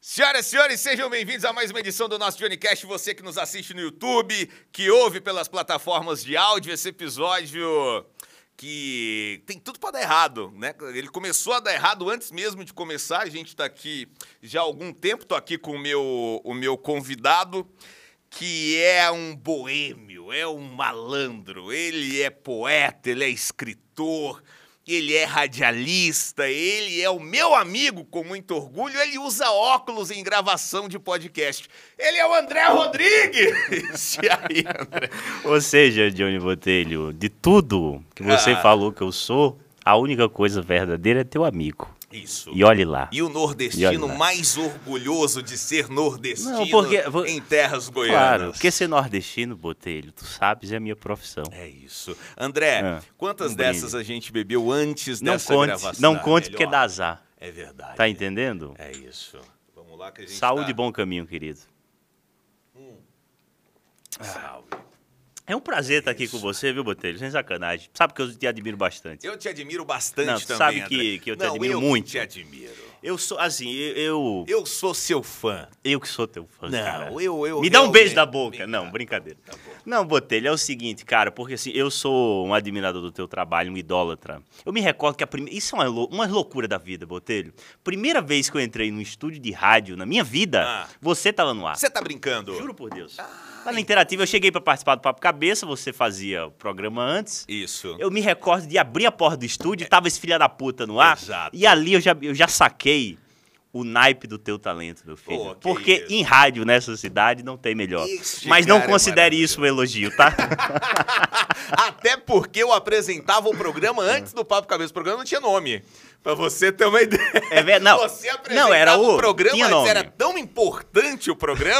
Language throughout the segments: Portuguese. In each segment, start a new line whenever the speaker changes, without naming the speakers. Senhoras e senhores, sejam bem-vindos a mais uma edição do nosso Johnnycast. Você que nos assiste no YouTube, que ouve pelas plataformas de áudio esse episódio que tem tudo para dar errado, né? Ele começou a dar errado antes mesmo de começar. A gente está aqui já há algum tempo, tô aqui com o meu o meu convidado que é um boêmio, é um malandro, ele é poeta, ele é escritor, ele é radialista, ele é o meu amigo com muito orgulho, ele usa óculos em gravação de podcast. Ele é o André Rodrigues! e aí, André?
Ou seja, Johnny Botelho, de tudo que você
Ah.
falou que eu sou, a única coisa verdadeira é teu amigo.
Isso.
E olhe lá.
E o
E
nordestino
olha lá.
mais orgulhoso de ser nordestino
Não, porque- vo-
em terras goianas.
Claro, porque ser nordestino, Botelho, tu sabes, é a minha profissão.
É isso. André,
É,
quantas
um brinde.
dessas a gente bebeu antes
Não
dessa
conte,
gravação? é
não conte
Melhor.
porque dá azar.
É verdade.
Tá entendendo?
É isso. Vamos lá que a gente
Saúde e
tá... Hum.
bom caminho, querido.
Saúde.
É um prazer estar aqui com você, viu, Botelho? Sem sacanagem. Sabe que eu te admiro bastante.
Eu te admiro bastante
Não, tu
também,
sabe
André.
que- que eu te
Não,
admiro
eu que
muito.
te admiro.
Eu sou, assim, eu, eu,
Eu sou seu fã.
eu que sou teu fã,
Não,
cara.
eu- eu
Me dá um beijo
realmente- tá
na boca.
Vem
Não,
cá.
brincadeira. Não, Botelho, é o seguinte, cara, porque assim, eu sou um admirador do teu trabalho, um idólatra. Eu me recordo que a primeira. Isso é uma, lou- uma loucura da vida, Botelho. Primeira vez que eu entrei num estúdio de rádio na minha vida,
Ah.
você tava no ar.
Você tá brincando?
Juro por Deus. Lá na Interativa, eu cheguei pra participar do Papo Cabeça, você fazia o programa antes.
Isso.
Eu me recordo de abrir a porta do estúdio, tava esse filho da puta no ar.
Exato.
E ali eu já, eu já saquei o naipe do teu talento, meu filho.
Pô, que
Porque
isso.
em rádio nessa cidade não tem melhor.
Este
Mas não
cara é
considere isso um elogio, tá?
Até porque eu apresentava o programa antes do Papo Cabeça. O programa não tinha nome. Pra você ter uma ideia.
É ver- não.
Você apresentava
Não, era
o
o-
programa,
tinha
antes,
nome.
era tão importante o programa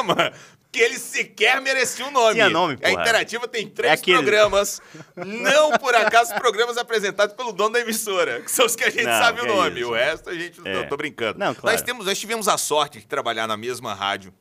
que ele sequer merecia o nome.
Tinha nome,
A
porra. É
Interativa tem três
aquele.
programas, não por acaso programas apresentados pelo dono da emissora, que são os que a gente
Não,
sabe o
que é
nome.
isso.
O resto a gente...
É.
Não, tô brincando.
Não, claro.
Nós, temos, nós tivemos a sorte de trabalhar na mesma rádio.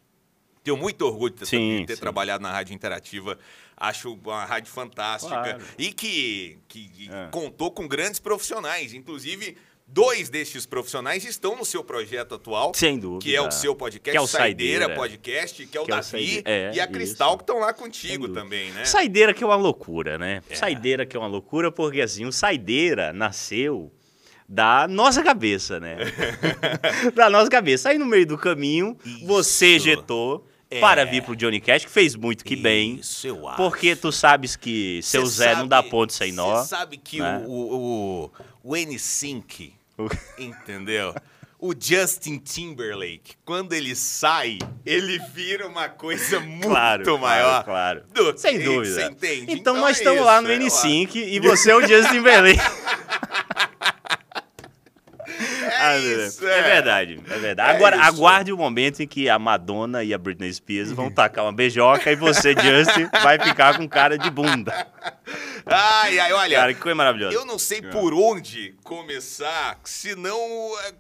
Tenho muito orgulho de ter,
Sim,
de ter
sim.
trabalhado na Rádio Interativa. Acho uma rádio fantástica.
Claro.
E que, que- que
É.
contou com grandes profissionais. Inclusive, dois destes profissionais estão no seu projeto atual.
Sem dúvida.
Que é o seu podcast,
Que é o
Saideira,
Saideira.
Podcast, que é o
Que é o
Davi
Saideira. É,
e a Cristal,
isso.
que estão lá
Sem
contigo
dúvida.
também, né?
Saideira que é uma loucura, né? Saideira que é uma loucura, porque assim, o Saideira nasceu da nossa cabeça, né? da nossa cabeça. Aí no meio do caminho, você
Isso. É.
ejetou para vir pro Johnny Cash, que fez muito que bem.
Isso, eu acho.
Porque tu sabes que seu
Cê
Zé não dá
sabe-
ponto sem nó.
Você sabe que
né?
o, o, o, o N-Sync, entendeu? O Justin Timberlake, quando ele sai, ele vira uma coisa muito
Claro, claro,
maior.
claro.
do que-
Sem dúvida.
Você entende?
Então, nós
é
estamos
isso,
lá no
é,
N5 e você é o Justin Belém.
É, isso,
é
é.
verdade, é verdade.
É
Agora,
isso.
aguarde o momento em que a Madonna e a Britney Spears vão tacar uma beijoca e você, Justin, vai ficar com cara de bunda.
Ai, ai, olha.
Cara, que coisa maravilhosa.
Eu não sei por onde começar, senão, é,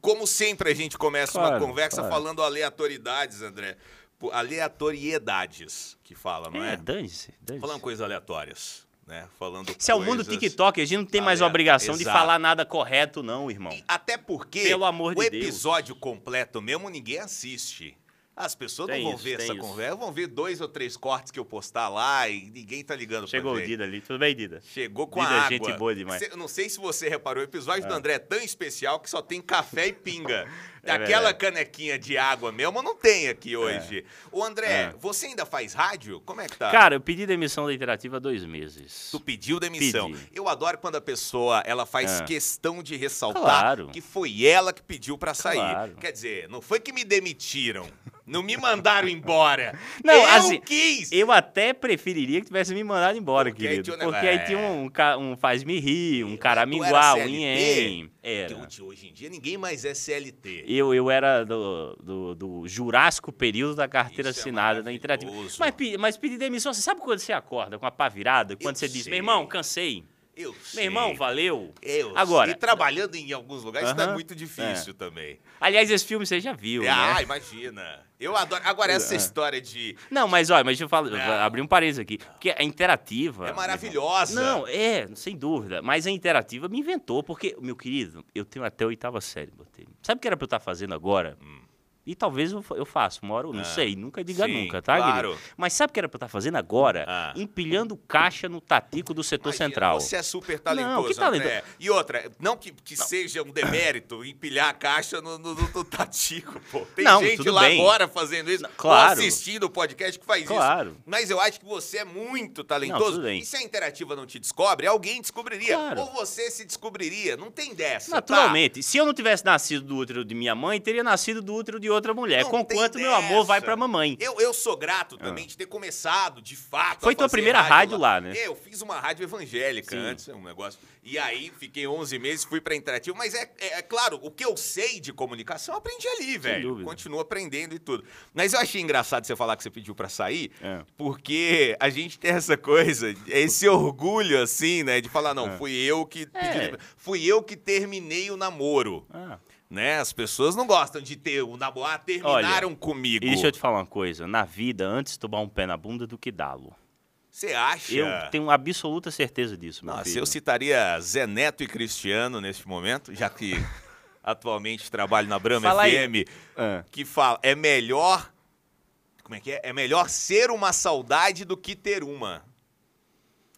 como sempre, a gente começa uma
Claro,
conversa
claro.
falando aleatoriedades, André. Pô, Aleatoriedades que fala, não é?
É, dane-se, dane-se.
Falando coisas aleatórias, né? Falando
Se é o mundo
coisas-
TikTok, a gente não tem mais
Aliás,
obrigação de
exato.
falar nada correto, não, irmão.
E Até porque
Pelo amor
o
de Deus.
episódio completo mesmo ninguém assiste. As pessoas
Tem
não vão
É isso,
ver
tem
essa
isso.
conversa, vão ver dois ou três cortes que eu postar lá e ninguém tá ligando
Chegou
pra
o
ver.
Dida ali. Tudo bem, Dida?
Chegou com
Dida
a
é
água.
gente boa demais. Ah.
Cê- eu não sei se você reparou, o episódio do André é tão especial que só tem café e pinga.
É
Aquela
verdade. É.
canequinha de água mesmo não tem aqui hoje. Ô André, você ainda faz rádio? Como é que tá?
Ah. Cara, eu pedi demissão da Interativa há dois meses.
Tu pediu demissão.
Pedi.
Eu adoro quando a pessoa ela faz
Ah.
questão de ressaltar
Claro.
que foi ela que pediu pra sair.
Claro.
Quer dizer, não foi que me demitiram, não me mandaram embora.
Não,
eu
assim,
quis.
Eu até preferiria que tivesse me mandado embora,
Porque aí
querido.
tinha um
porque
negócio-
aí tinha um, ca- um faz-me rir, um
Mas tu
caraminguá,
era
um inhen.
Que
Era.
hoje- Hoje em dia ninguém mais é CLT.
Eu, eu era do, do, do jurássico período da carteira
Isso é
assinada da Interativa.
maravilhoso.
Mas, pe- mas pedir demissão, você sabe quando você acorda com a pá virada? Quando você diz,
sei.
meu irmão, cansei.
Eu
Meu
sei.
irmão, valeu.
Eu
Agora-
sei. E trabalhando em alguns lugares tá
Aham.
muito difícil também.
Aliás, esse filme você já viu, né?
ah, imagina. Eu adoro. Agora, essa
É.
história de.
Não, mas olha, mas deixa eu falar,
Não.
vou abrir um parênteses aqui. Porque a interativa.
É maravilhosa.
Não, é, sem dúvida. Mas a interativa me inventou, porque, meu querido, eu tenho até a oitava série, Botelho. Sabe o que era pra eu estar fazendo tá agora? E talvez eu fa- eu faça, uma hora, eu não
Ah,
sei, nunca diga
sim,
nunca, tá,
claro.
Guilherme? Mas sabe o que era pra eu estar fazendo agora?
Ah.
Empilhando caixa no tatico do setor
Imagina,
central.
Você é super talentoso,
Não, que tá- talento-
André. E outra, não que, que seja um demérito empilhar a caixa no, no- no- no Tatico, pô. Tem
Não,
gente
tudo
lá
bem.
agora fazendo isso,
claro.
ou assistindo o podcast que faz
Claro.
isso. Mas eu acho que você é muito talentoso.
tudo bem.
E se a Interativa não te descobre, alguém descobriria.
Claro.
Ou você se descobriria. Não tem dessa, tá?
Naturalmente, se eu não tivesse nascido do útero de minha mãe, teria nascido do útero de outra mulher.
Não
com
tem
quanto meu
dessa.
amor vai pra mamãe.
Eu, eu sou grato também de ter começado, de fato.
Ah. Foi
a
tua
fazer
primeira rádio lá, né?
É, Eu fiz uma rádio evangélica
Sim.
antes, um negócio. E aí fiquei 11 meses, fui pra Interativo. Mas é, é- é claro, o que eu sei de comunicação, eu aprendi ali, velho.
dúvida.
Continuo aprendendo e tudo. Mas eu achei engraçado você falar que você pediu pra sair,
É.
porque a gente tem essa coisa, esse orgulho, assim, né? De falar,
Ah.
não, fui eu que.
É.
pedi- fui eu que terminei o namoro.
Ah.
Né? As pessoas não gostam de ter o namoro. Ah, terminaram comigo.
E deixa eu te falar uma coisa. Na vida, antes tomar um pé na bunda do que dá-lo.
Você acha?
Eu tenho absoluta certeza disso, meu
Nossa,
filho.
eu citaria Zé Neto e Cristiano neste momento, já que atualmente trabalho na Brahma
Fala aí.
FM,
Ah.
que fala, é melhor... Como é que é? É melhor ser uma saudade do que ter uma.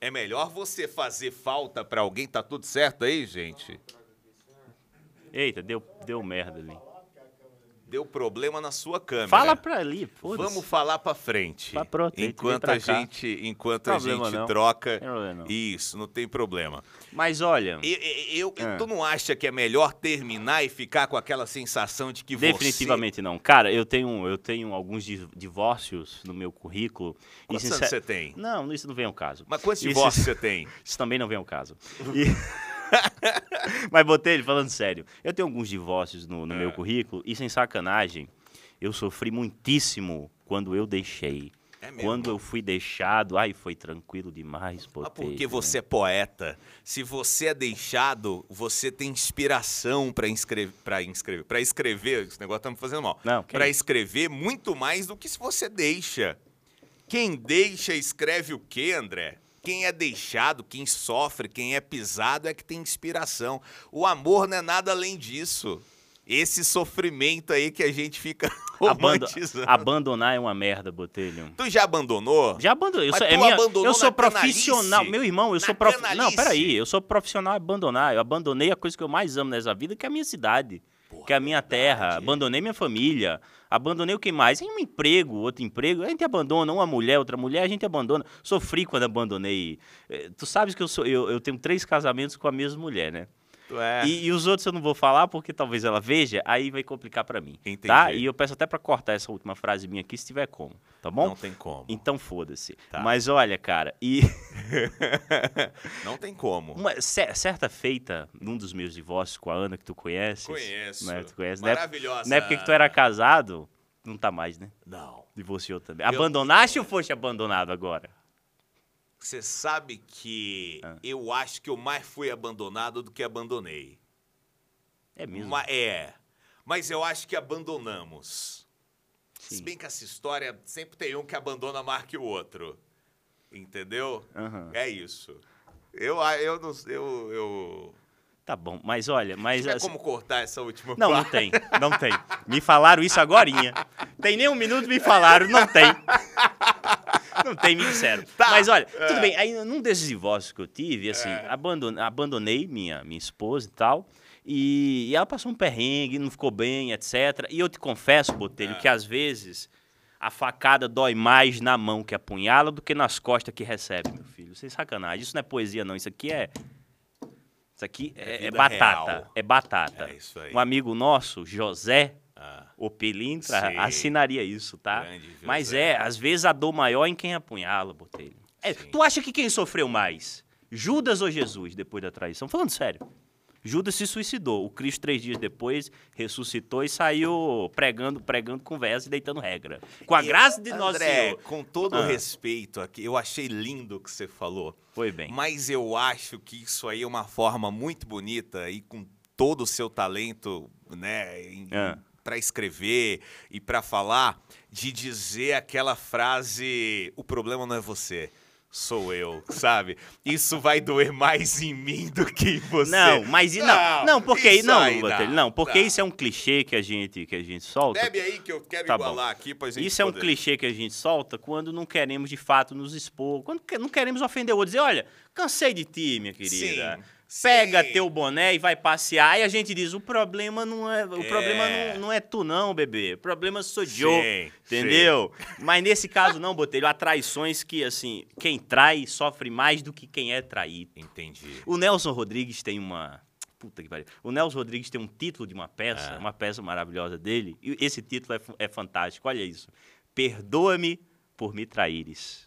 É melhor você fazer falta pra alguém, tá tudo certo aí, gente?
Eita, deu, deu merda ali.
Deu problema na sua câmera.
Fala pra ali, foda-se.
Vamos falar pra frente.
Pra pronto, vem
enquanto
pra
a
cá.
gente, enquanto a
Problema
gente
não.
troca.
Tem problema não.
Isso, não tem problema.
Mas olha,
Eu, eu- eu-
Ah.
Tu não acha que é melhor terminar e ficar com aquela sensação de que
definitivamente não. Cara, eu tenho, eu tenho alguns di- divórcios no meu currículo.
você... Quantos anos
sincer-
você tem?
Não, isso não vem ao caso.
Mas quantos
Isso-
divórcios você tem?
Isso também não vem ao caso. E- Mas botei ele falando sério. Eu tenho alguns divórcios no, no
É.
meu currículo e, sem sacanagem, eu sofri muitíssimo quando eu deixei.
É mesmo?
Quando eu fui deixado, ai, foi tranquilo demais,
Mas
botei.
porque você é poeta. Se você é deixado, você tem inspiração pra inscrever, para inscrever, para escrever. Esse negócio tá me fazendo mal.
Não, que
Pra
é
escrever muito mais do que se você deixa. Quem deixa escreve o quê, André? Quem é deixado, quem sofre, quem é pisado é que tem inspiração. O amor não é nada além disso. Esse sofrimento aí que a gente fica
Abando-
romantizando.
Abandonar é uma merda, Botelho.
Tu já abandonou?
Já abandonei. Eu
Mas
sou, é
tu
minha-
abandonou
eu sou
na
profissional.
canalice.
Meu irmão, eu
Na
sou profissional. Não,
canalice.
peraí. Eu sou profissional a abandonar. Eu abandonei a coisa que eu mais amo nessa vida, que é a minha cidade.
Porra,
que é a minha terra.
verdade.
Abandonei minha família. Abandonei o que mais? Em um emprego, outro emprego. A gente abandona uma mulher, outra mulher. A gente abandona. Sofri quando abandonei. Eh, Tu sabes que eu, sou, eu, eu tenho três casamentos com a mesma mulher, né?
Tu é.
E, e os outros eu não vou falar porque talvez ela veja. Aí vai complicar pra mim.
Entendi.
Tá? E eu peço até pra cortar essa última frase minha aqui, se tiver como. Tá bom?
Não tem como.
Então foda-se.
Tá.
Mas olha, cara, e
Não tem como.
uma cer- certa feita, num dos meus divórcios com a Ana, que tu conheces.
Conheço.
Né, tu conhece. Na época,
Maravilhosa.
na época que tu era casado, não tá mais, né?
Não.
Divorciou também. Abandonaste ou foste abandonado agora?
Você sabe que
Ah.
eu acho que eu mais fui abandonado do que abandonei.
É mesmo.
Ma- é. Mas eu acho que abandonamos. Se
Sim.
bem que essa história sempre tem um que abandona mais que o outro. Entendeu?
Aham.
É isso. Eu, a- eu não. Eu, eu...
Tá bom, mas olha, mas.
Não é
assim-
como cortar essa última
Não, não
parte.
tem, não tem. Me falaram isso agorinha. Tem nem um minuto, me falaram, não tem. Não tem, me disseram.
Tá.
Mas olha,
É.
tudo bem, aí num desses divórcios que eu tive, assim, abandon- abandonei minha, minha esposa e tal, e, e ela passou um perrengue, não ficou bem, etc. E eu te confesso,
É.
Botelho, que às vezes a facada dói mais na mão que apunhala do que nas costas que recebe, meu filho. Sem sacanagem, isso não é poesia não, isso aqui é... Isso aqui é,
É
é
vida
batata,
real.
é batata.
É isso aí.
Um amigo nosso, José
Ah,
Opelintra,
Sim.
assinaria isso, tá?
Grande José.
Mas é, às vezes a dor maior é em quem apunhala, Botelho. É,
Sim.
tu acha que quem sofreu mais? Judas ou Jesus depois da traição? Falando sério. Judas se suicidou. O Cristo, três dias depois, ressuscitou e saiu pregando, pregando conversa e deitando regra. Com a
eu-
graça de nosso
André,
Senhor.
com todo
Ah.
respeito aqui, eu achei lindo o que você falou.
Foi bem.
Mas eu acho que isso aí é uma forma muito bonita e com todo o seu talento, né, em-
Ah.
pra escrever e pra falar, de dizer aquela frase: o problema não é você. sou eu, sabe? Isso vai doer mais em mim do que em você.
Não, mas e- não,
Não,
não, porque
isso
não,
aí
Botelho,
não,
não, porque
não.
isso é um clichê que a gente que a gente solta.
Bebe aí que eu quero
Tá
igualar aqui pra gente
Isso é um
poder.
clichê que a gente solta quando não queremos de fato nos expor, quando que- não queremos ofender o outro, dizer, olha, cansei de ti, minha querida.
Sim,
Pega
sim.
teu boné e vai passear. E a gente diz: o problema não é. O
É.
problema não, não é tu, não, bebê. O problema sou
Sim,
eu.
sim.
Entendeu? Mas nesse caso, não, Botelho. Há traições que, assim, quem trai sofre mais do que quem é traído.
Entendi.
O Nelson Rodrigues tem uma. Puta que pariu. O Nelson Rodrigues tem um título de uma peça,
É.
uma peça maravilhosa dele. E esse título é, fu- é fantástico. Olha isso. Perdoa-me por me traíres.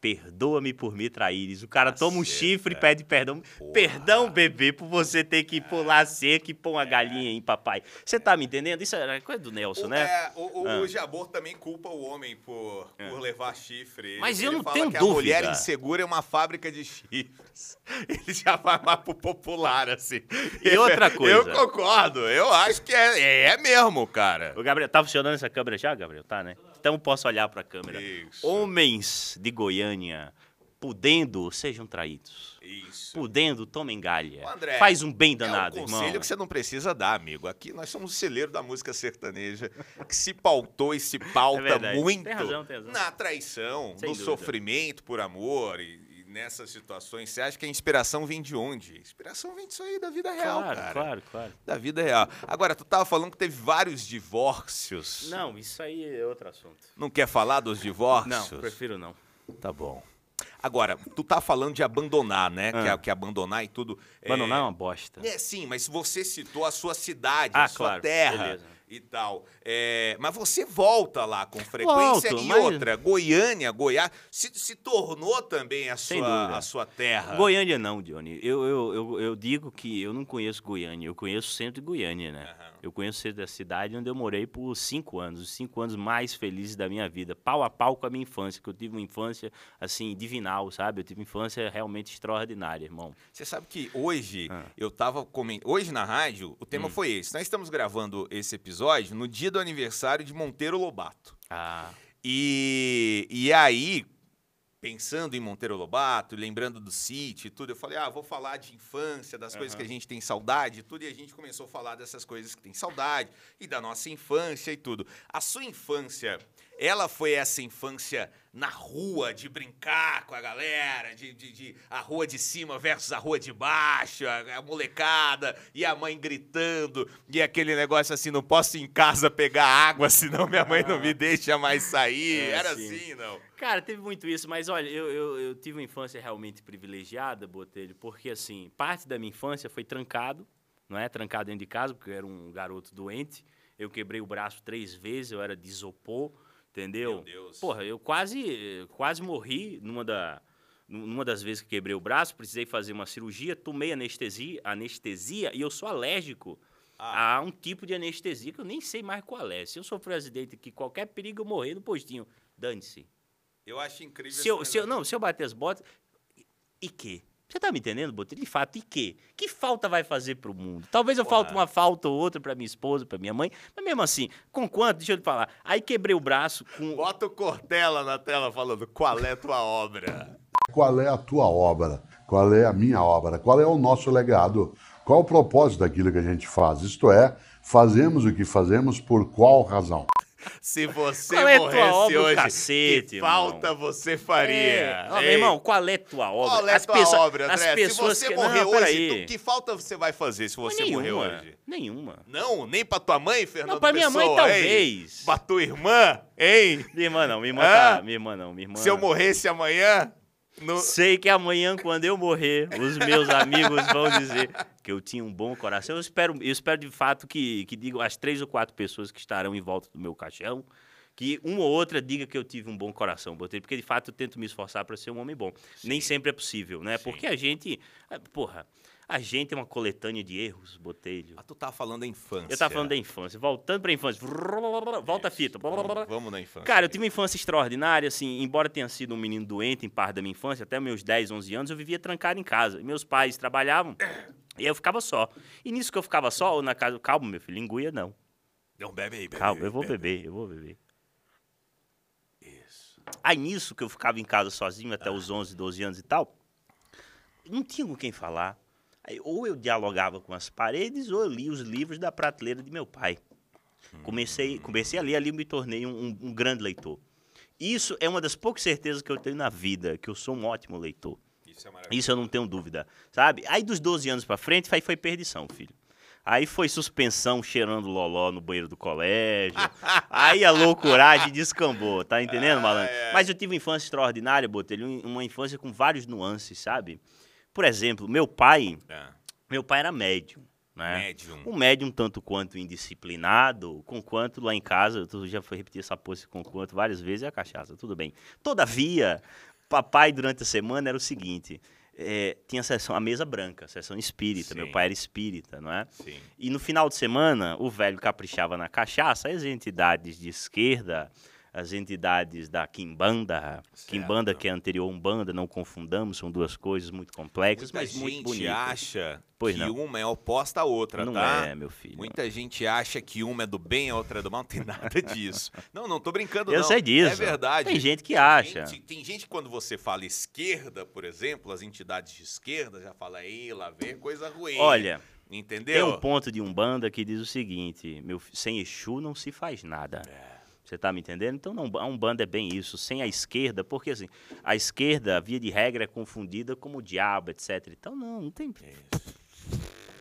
Perdoa-me por me traíres. O cara toma um
Caceta.
chifre e pede perdão.
Porra.
Perdão, bebê, por você ter que pular seca e pôr
É.
uma galinha em papai. Você tá me entendendo? Isso é coisa do Nelson,
O,
né?
é, o, o-
Ah. É.
o Jabor também culpa o homem por, por levar chifre. Ele-
Mas eu
ele
não
fala
tenho
que A
dúvida.
mulher insegura é uma fábrica de chifres. Ele já vai mais pro popular, assim.
E outra
Eu
coisa.
concordo. Eu acho que é, é mesmo, cara.
Ô, Gabriel, tá funcionando essa câmera já, Gabriel? Tá, né? Então posso olhar pra câmera.
Isso.
Homens de Goiânia, podendo, sejam traídos.
Isso.
Podendo, tomem galha.
Ô, André,
Faz um bem
é
danado,
um conselho
irmão.
que você não precisa dar, amigo. Aqui nós somos o celeiro da música sertaneja que se pautou e se
É
pauta
verdade.
muito
Tem razão, tem razão.
na traição,
Sem
no
dúvida.
sofrimento por amor e, e nessas situações. Você acha que a inspiração vem de onde? A inspiração vem disso aí da vida é real,
claro,
cara.
claro, claro.
Da vida real. Agora, tu tava falando que teve vários divórcios.
Não, isso aí é outro assunto.
Não quer falar dos divórcios?
Não, prefiro não.
Tá bom. Agora, tu tá falando de abandonar, né? Que,
Ah.
a- que abandonar e tudo. é,
Abandonar é uma bosta.
é, sim, mas você citou a sua cidade, a
Ah,
sua
claro,
terra
beleza.
e tal. É, mas você volta lá com frequência.
Volto,
e
mas-
outra, Goiânia, Goiás, se, se tornou também a
Sem
sua,
dúvida.
a sua terra.
Goiânia não, Johnny. Eu, eu, eu, eu digo que eu não conheço Goiânia, eu conheço o centro de Goiânia, né?
Aham.
Eu conheço o centro da cidade onde eu morei por cinco anos, os cinco anos mais felizes da minha vida, pau a pau com a minha infância, que eu tive uma infância, assim, divinal, sabe? Eu tive uma infância realmente extraordinária, irmão.
Você sabe que hoje
Ah. Hum.
eu tava comentando. Hoje na rádio, o tema foi esse. Nós estamos gravando esse episódio no dia do aniversário de Monteiro Lobato.
Ah,
E, e aí, pensando em Monteiro Lobato, lembrando do City e tudo, eu falei, ah, vou falar de infância, das coisas que a gente tem saudade e tudo, e a gente começou a falar dessas coisas que tem saudade e da nossa infância e tudo. A sua infância, ela foi essa infância na rua, de brincar com a galera, de, de- de a rua de cima versus a rua de baixo, a, a molecada e a mãe gritando, e aquele negócio assim, não posso ir em casa pegar água, senão minha mãe não me deixa mais sair.
Ah. É,
Era
sim.
assim, não.
Cara, teve muito isso, mas olha, eu, eu, eu tive uma infância realmente privilegiada, Botelho, porque assim, parte da minha infância foi trancado, não é? Trancado dentro de casa, porque eu era um garoto doente. Eu quebrei o braço três vezes, eu era de isopor, entendeu?
Meu Deus.
Porra, eu quase, quase morri numa, da, numa das vezes que quebrei o braço, precisei fazer uma cirurgia, tomei anestesia, anestesia e eu sou alérgico
Ah.
a um tipo de anestesia que eu nem sei mais qual é. Se eu sofrer um acidente aqui, qualquer perigo, eu morrer no postinho. Dane-se.
Eu acho incrível
Se eu, se eu- não, se eu bater as botas. e- E que? Você tá me entendendo, Botelho? De fato, e que? Que falta vai fazer pro mundo? Talvez eu
Porra.
falte uma falta ou outra pra minha esposa, pra minha mãe, mas mesmo assim, com quanto? Deixa eu te falar. Aí quebrei o braço com.
Bota o Cortella na tela falando qual é tua obra.
Qual é a tua obra? Qual é a minha obra? Qual é o nosso legado? Qual o propósito daquilo que a gente faz? Isto é, fazemos o que fazemos por qual razão?
Se você
Qual é tua
morresse
obra,
hoje,
cacete,
que
irmão?
falta você faria?
É. Ó, meu
Ei,
irmão, qual é tua obra?
qual é
As
tua
pessoa-
obra,
as
André?
pessoas
se você
que-
morrer
não,
hoje,
peraí.
tu- que falta você vai fazer se
Mas
você
nenhuma,
morrer hoje?
Nenhuma.
Não, nem pra tua mãe, Fernando
Não, pra minha mãe,
Pessoa, hein?
talvez.
Pra tua irmã, hein?
Minha irmã não, minha irmã
Hã?
tá. Minha irmã não, minha irmã.
Se eu morresse amanhã... No...
Sei que amanhã, quando eu morrer, os meus amigos vão dizer que eu tinha um bom coração. Eu espero, eu espero de fato que, que digam as três ou quatro pessoas que estarão em volta do meu caixão, que uma ou outra diga que eu tive um bom coração, Botelho, porque de fato eu tento me esforçar para ser um homem bom. Nem sempre é possível, né?
Sim.
Porque a gente. ah, Porra, a gente é uma coletânea de erros, Botelho.
Ah, tu tá falando da infância.
Eu tava falando da infância. Voltando pra infância. Volta a fita.
Vamos, vamos na infância.
Cara, eu tive uma infância extraordinária, assim, embora tenha sido um menino doente em parte da minha infância, até meus 10, 11 anos, eu vivia trancado em casa. E Meus pais trabalhavam e eu ficava só. E nisso que eu ficava só, eu na casa, calma, meu filho, enguia não.
Não, bebe aí, bebe
Calma,
aí,
eu vou
bebe.
beber, eu vou beber.
Isso.
Aí nisso que eu ficava em casa sozinho até os 11, 12 anos e tal, não tinha com quem falar. Aí, ou eu dialogava com as paredes, ou eu li os livros da prateleira de meu pai. Comecei, comecei a ler, ali eu me tornei um, um- um grande leitor. Isso é uma das poucas certezas que eu tenho na vida, que eu sou um ótimo leitor.
Isso é maravilhoso.
Isso eu não tenho dúvida, sabe? Aí dos 12 anos pra frente, aí foi perdição, filho. Aí foi suspensão cheirando loló no banheiro do colégio. Aí a loucuragem descambou, tá entendendo, malandro? Mas eu tive uma infância extraordinária, Botelho, um- uma infância com vários nuances, sabe? Por exemplo, meu pai,
Ah,
meu pai era médium, né?
Médium.
Um médium tanto quanto indisciplinado, com quanto lá em casa, eu já fui repetir essa pose com quanto várias vezes, é a cachaça, tudo bem. Todavia, papai durante a semana era o seguinte, é, tinha a sessão, a mesa branca, a sessão espírita,
Sim.
meu pai era espírita, não é?
Sim.
E no final de semana, o velho caprichava na cachaça, as entidades de esquerda, as entidades da Quimbanda,
Certo.
Quimbanda que é anterior a Umbanda, não confundamos, são duas coisas muito complexas,
Muita
mas
gente
muito bonitas.
acha
Pois
que
não.
uma é oposta à outra,
Não
tá?
é, meu filho.
Muita gente acha que uma é do bem, a outra é do mal. Não tem nada disso. Não, não tô brincando,
Eu
não.
sei disso.
É verdade.
Tem gente que acha.
Gente- tem gente que quando você fala esquerda, por exemplo, as entidades de esquerda já falam, ei, lá vem coisa ruim.
Olha, tem
Entendeu?
um ponto de Umbanda que diz o seguinte: meu, fi- sem Exu não se faz nada.
É.
Você tá me entendendo? Então, não, a Umbanda é bem isso, sem a esquerda, porque assim, a esquerda, via de regra, é confundida como o diabo, etc. Então, não, não tem.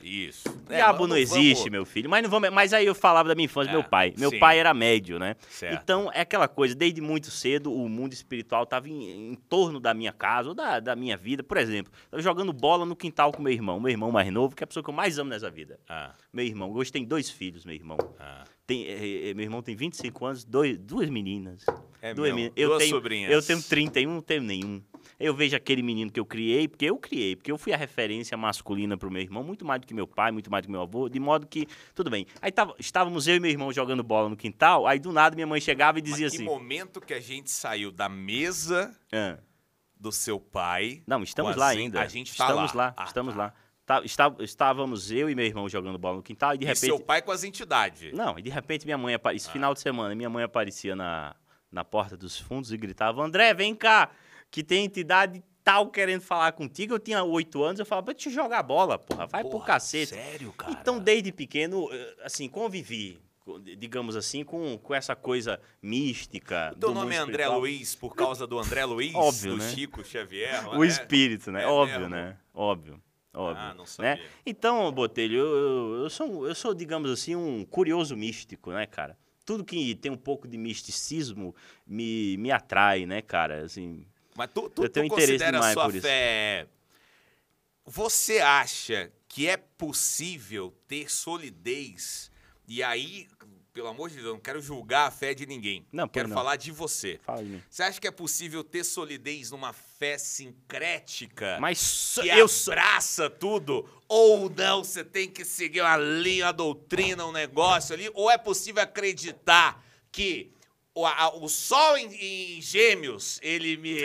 Isso. É,
diabo
mas
não existe, meu filho. Mas, não vamos, mas aí eu falava da minha infância,
É,
meu pai. Meu
sim.
pai era médio, né?
Certo.
Então, é aquela coisa, desde muito cedo, o mundo espiritual estava em, em torno da minha casa, ou da, da minha vida. Por exemplo, eu jogando bola no quintal com meu irmão. Meu irmão mais novo, que é a pessoa que eu mais amo nessa vida.
Ah,
Meu irmão, hoje tem dois filhos, meu irmão.
ah.
Tem, eh, eh, meu irmão tem 25 anos, dois, duas meninas.
É
duas
mesmo,
meninas.
duas
tenho,
sobrinhas.
Eu tenho 31, não tenho nenhum. Eu vejo aquele menino que eu criei, porque eu criei, porque eu fui a referência masculina pro meu irmão, muito mais do que meu pai, muito mais do que meu avô, de modo que, tudo bem. Aí tava- estávamos eu e meu irmão jogando bola no quintal, aí do nada minha mãe chegava e
Mas
dizia
que
assim...
momento que a gente saiu da mesa
"Ah,
do seu pai.
Não, estamos
com
lá
as en-
ainda.
A gente tá
estamos lá,
Ah,
estamos
tá.
lá. Tá- está- estávamos eu e meu irmão jogando bola no quintal e de
E
repente...
seu pai com as entidades.
Não, e de repente minha mãe aparecia. Esse
Ah.
final de semana, minha mãe aparecia na, na porta dos fundos e gritava: André, vem cá, que tem entidade tal querendo falar contigo. Eu tinha oito anos, eu falava: "Vai te jogar bola, porra, vai pro
Porra,
cacete.
Sério, cara?
Então, desde pequeno, eh, assim, convivi, co- digamos assim, com, com essa coisa mística.
Teu
do
nome
mundo
é André
espiritual.
Luiz por causa do André Luiz,
Óbvio,
do
né?
Chico Xavier.
O
né?
espírito, né?
É
óbvio,
mesmo.
né? Óbvio. Óbvio.
não sabia.
né? Então, Botelho, eu, eu- eu sou, um- eu sou, digamos assim, um curioso místico, né, cara? Tudo que tem um pouco de misticismo me, me atrai, né, cara? Assim,
Mas tu, tu,
Eu tenho
tu
interesse
considera a
demais
sua
por isso.
fé. Você acha que é possível ter solidez? E aí, pelo amor de Deus, eu não quero julgar a fé de ninguém.
Não, pois
quero
não.
falar de você.
fala de mim.
Você acha que é possível ter solidez numa fé sincrética?
Mas so-
que
eu sou.
abraça tudo? Ou não, você tem que seguir uma linha, uma doutrina, um negócio ali? Ou é possível acreditar que o, a- o sol em, em gêmeos, ele me...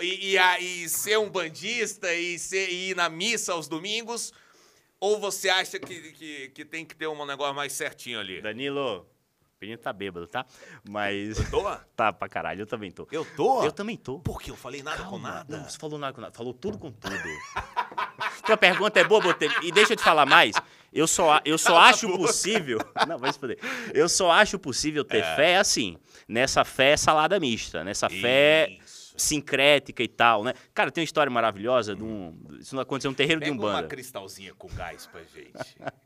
e, e a- e ser um bandista e, ser- e ir na missa aos domingos? Ou você acha que, que, que tem que ter um negócio mais certinho ali?
Danilo, o menino tá bêbado, tá? Mas.
Eu tô?
tá pra caralho, eu também tô.
Eu tô?
Eu também tô.
Por quê? Eu falei nada com nada?
Não, você falou nada com nada. Falou tudo com tudo. Tua pergunta é boa, Botelho. E deixa eu te falar mais. Eu só, eu só
Cala a
acho
boca.
possível. Não, vai se foder. Eu só acho possível ter
É.
fé assim. Nessa fé salada mista. Nessa fé
Isso.
sincrética e tal, né? Cara, tem uma história maravilhosa de um. Isso não aconteceu no terreiro
Hum. Pega
de
uma
Umbanda.
cristalzinha com gás pra gente.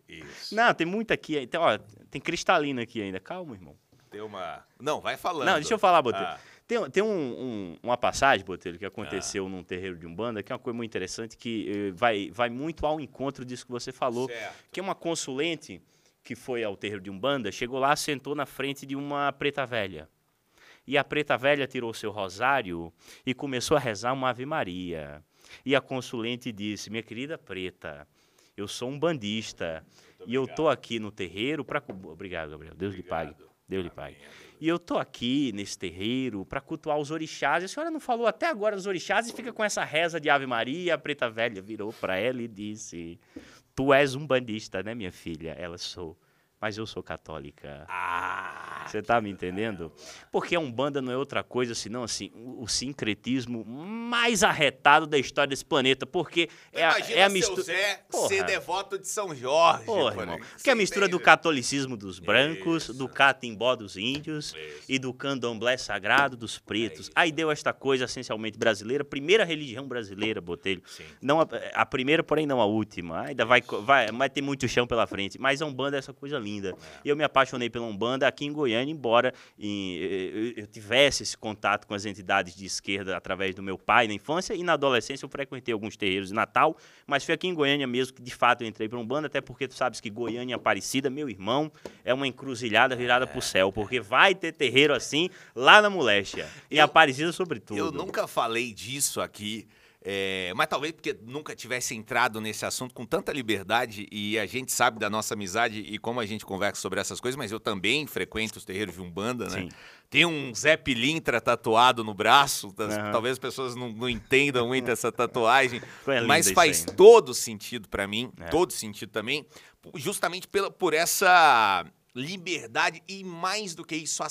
Isso.
Não, tem muita aqui. Tem, ó, tem cristalina aqui ainda. Calma, irmão.
Tem uma. Não, vai falando.
Não, deixa eu falar, Botelho.
Ah.
Tem, tem um- um- uma passagem, Botelho, que aconteceu num terreiro de Umbanda, que é uma coisa muito interessante, que eh, vai, vai muito ao encontro disso que você falou.
Certo.
Que é uma consulente que foi ao terreiro de Umbanda, chegou lá, sentou na frente de uma preta velha. E a preta velha tirou seu rosário e começou a rezar uma Ave Maria. E a consulente disse: Minha querida preta, eu sou um bandista e eu tô aqui no terreiro para. Obrigado, Gabriel. Deus lhe pague. Deus lhe pague. E eu tô aqui nesse terreiro para cultuar os orixás. E a senhora não falou até agora dos orixás e fica com essa reza de Ave Maria. A preta velha virou para ela e disse: Tu és um bandista, né, minha filha? Ela sou. Mas eu sou católica.
Ah,
Você tá me entendendo? Porque a Umbanda não é outra coisa senão assim, o, o sincretismo mais arretado da história desse planeta, porque é, a-
Imagina
é a
seu
mistura
Zé
Porra.
ser devoto de São Jorge.
Porra,
por
irmão.
exemplo.
Porque a
Você
mistura do
entende?
catolicismo dos brancos, do catimbó dos índios
Isso.
e do candomblé sagrado dos pretos. Aí deu esta coisa essencialmente brasileira, primeira religião brasileira, Botelho.
Sim.
Não a, a primeira, porém não a última. Ainda vai, co- vai, mas tem muito chão pela frente. Mas a Umbanda é essa coisa linda. E Eu me apaixonei pela Umbanda aqui em Goiânia, embora em- eu, eu- eu tivesse esse contato com as entidades de esquerda através do meu pai na infância e na adolescência eu frequentei alguns terreiros de Natal, mas foi aqui em Goiânia mesmo que de fato eu entrei para Umbanda, até porque tu sabes que Goiânia Aparecida, meu irmão, é uma encruzilhada
É,
virada para pro céu, porque vai ter terreiro assim lá na Moléstia. E
Eu-
Aparecida sobretudo.
Eu nunca falei disso aqui, é, mas talvez porque nunca tivesse entrado nesse assunto com tanta liberdade e a gente sabe da nossa amizade e como a gente conversa sobre essas coisas, mas eu também frequento os terreiros de Umbanda, né?
Sim.
Tem um Zé Pilintra tatuado no braço, tas-
Aham.
talvez as pessoas não, não entendam muito essa tatuagem,
É lindo
mas
isso
faz
aí, né?
todo sentido pra mim,
É.
todo sentido também, justamente pela, por essa liberdade e mais do que isso, a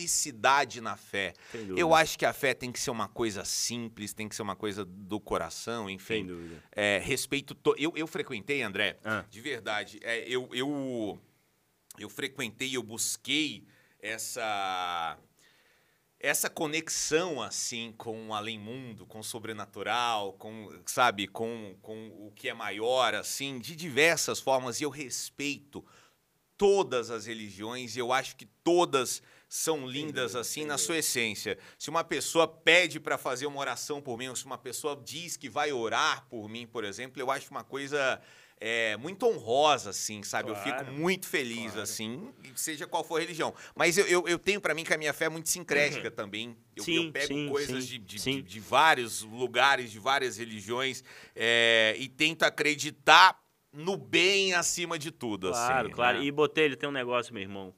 simplicidade na fé.
Sem
Eu
dúvida,
acho que a fé tem que ser uma coisa simples, tem que ser uma coisa do coração,
sem
enfim.
dúvida.
É, respeito. To... Eu, eu frequentei, André,
Ah.
de verdade. é, eu, eu, eu frequentei, eu busquei essa. Essa conexão, assim, com o além-mundo, com o sobrenatural, com, sabe, com, com o que é maior, assim, de diversas formas. E eu respeito todas as religiões e eu acho que todas são lindas assim na sua essência. Se uma pessoa pede para fazer uma oração por mim, ou se uma pessoa diz que vai orar por mim, por exemplo, eu acho uma coisa é, muito honrosa, assim, sabe? Eu fico
Claro.
muito feliz,
Claro.
assim, seja qual for a religião. Mas eu, eu, eu tenho para mim que a minha fé é muito sincrética também. Eu,
Uhum. Sim,
eu pego
sim,
coisas
sim,
de, de-
sim.
de- de vários lugares, de várias religiões, é, e tento acreditar no bem acima de tudo, assim.
Claro, claro.
né?
E Botelho, tem um negócio, meu irmão,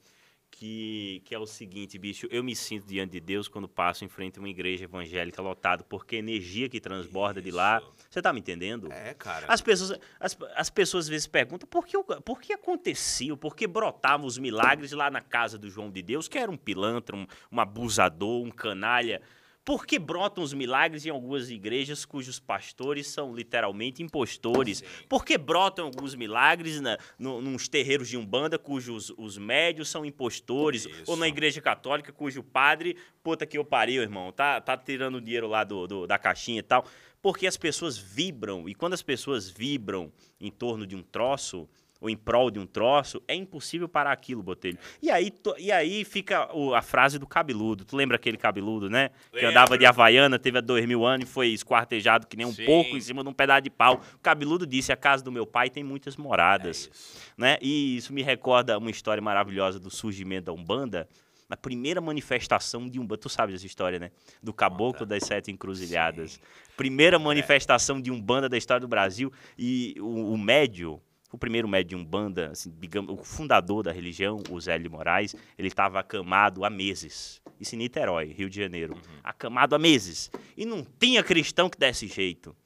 que, que é o seguinte, bicho. Eu me sinto diante de Deus quando passo em frente a uma igreja evangélica lotada, porque a energia que transborda de lá.
Isso.
Você tá me entendendo?
É, cara.
As pessoas, as, as pessoas às vezes perguntam por que, o- por que acontecia, por que brotavam os milagres lá na casa do João de Deus, que era um pilantra, um, um abusador, um canalha. Por que brotam os milagres em algumas igrejas cujos pastores são literalmente
É
impostores? Por que brotam alguns milagres na, no, nos terreiros de Umbanda cujos os médios são impostores? Ou na
Isso.
igreja católica cujo padre, puta que eu pariu, irmão, tá, tá tirando o dinheiro lá do, do- da caixinha e tal. Porque as pessoas vibram, e quando as pessoas vibram em torno de um troço, ou em prol de um troço, é impossível parar aquilo, Botelho.
É.
E aí, to- e aí fica o- a frase do cabeludo. Tu lembra aquele cabeludo, né? Que
Lembro.
andava de Havaiana, teve há dois mil anos e foi esquartejado que nem um
Sim.
porco em cima de um pedaço de pau. O cabeludo disse, a casa do meu pai tem muitas moradas
É
né? E isso me recorda uma história maravilhosa do surgimento da Umbanda, na primeira manifestação de Umbanda, tu sabes essa história, né? Do Caboclo das Sete Encruzilhadas. Primeira manifestação de Umbanda da história do Brasil e o, o médio o primeiro médio de Umbanda, assim, digamos, o fundador da religião, o Zé de Moraes, ele estava acamado há meses. Isso em Niterói, Rio de Janeiro. Acamado há meses. E não tinha cristão que desse jeito.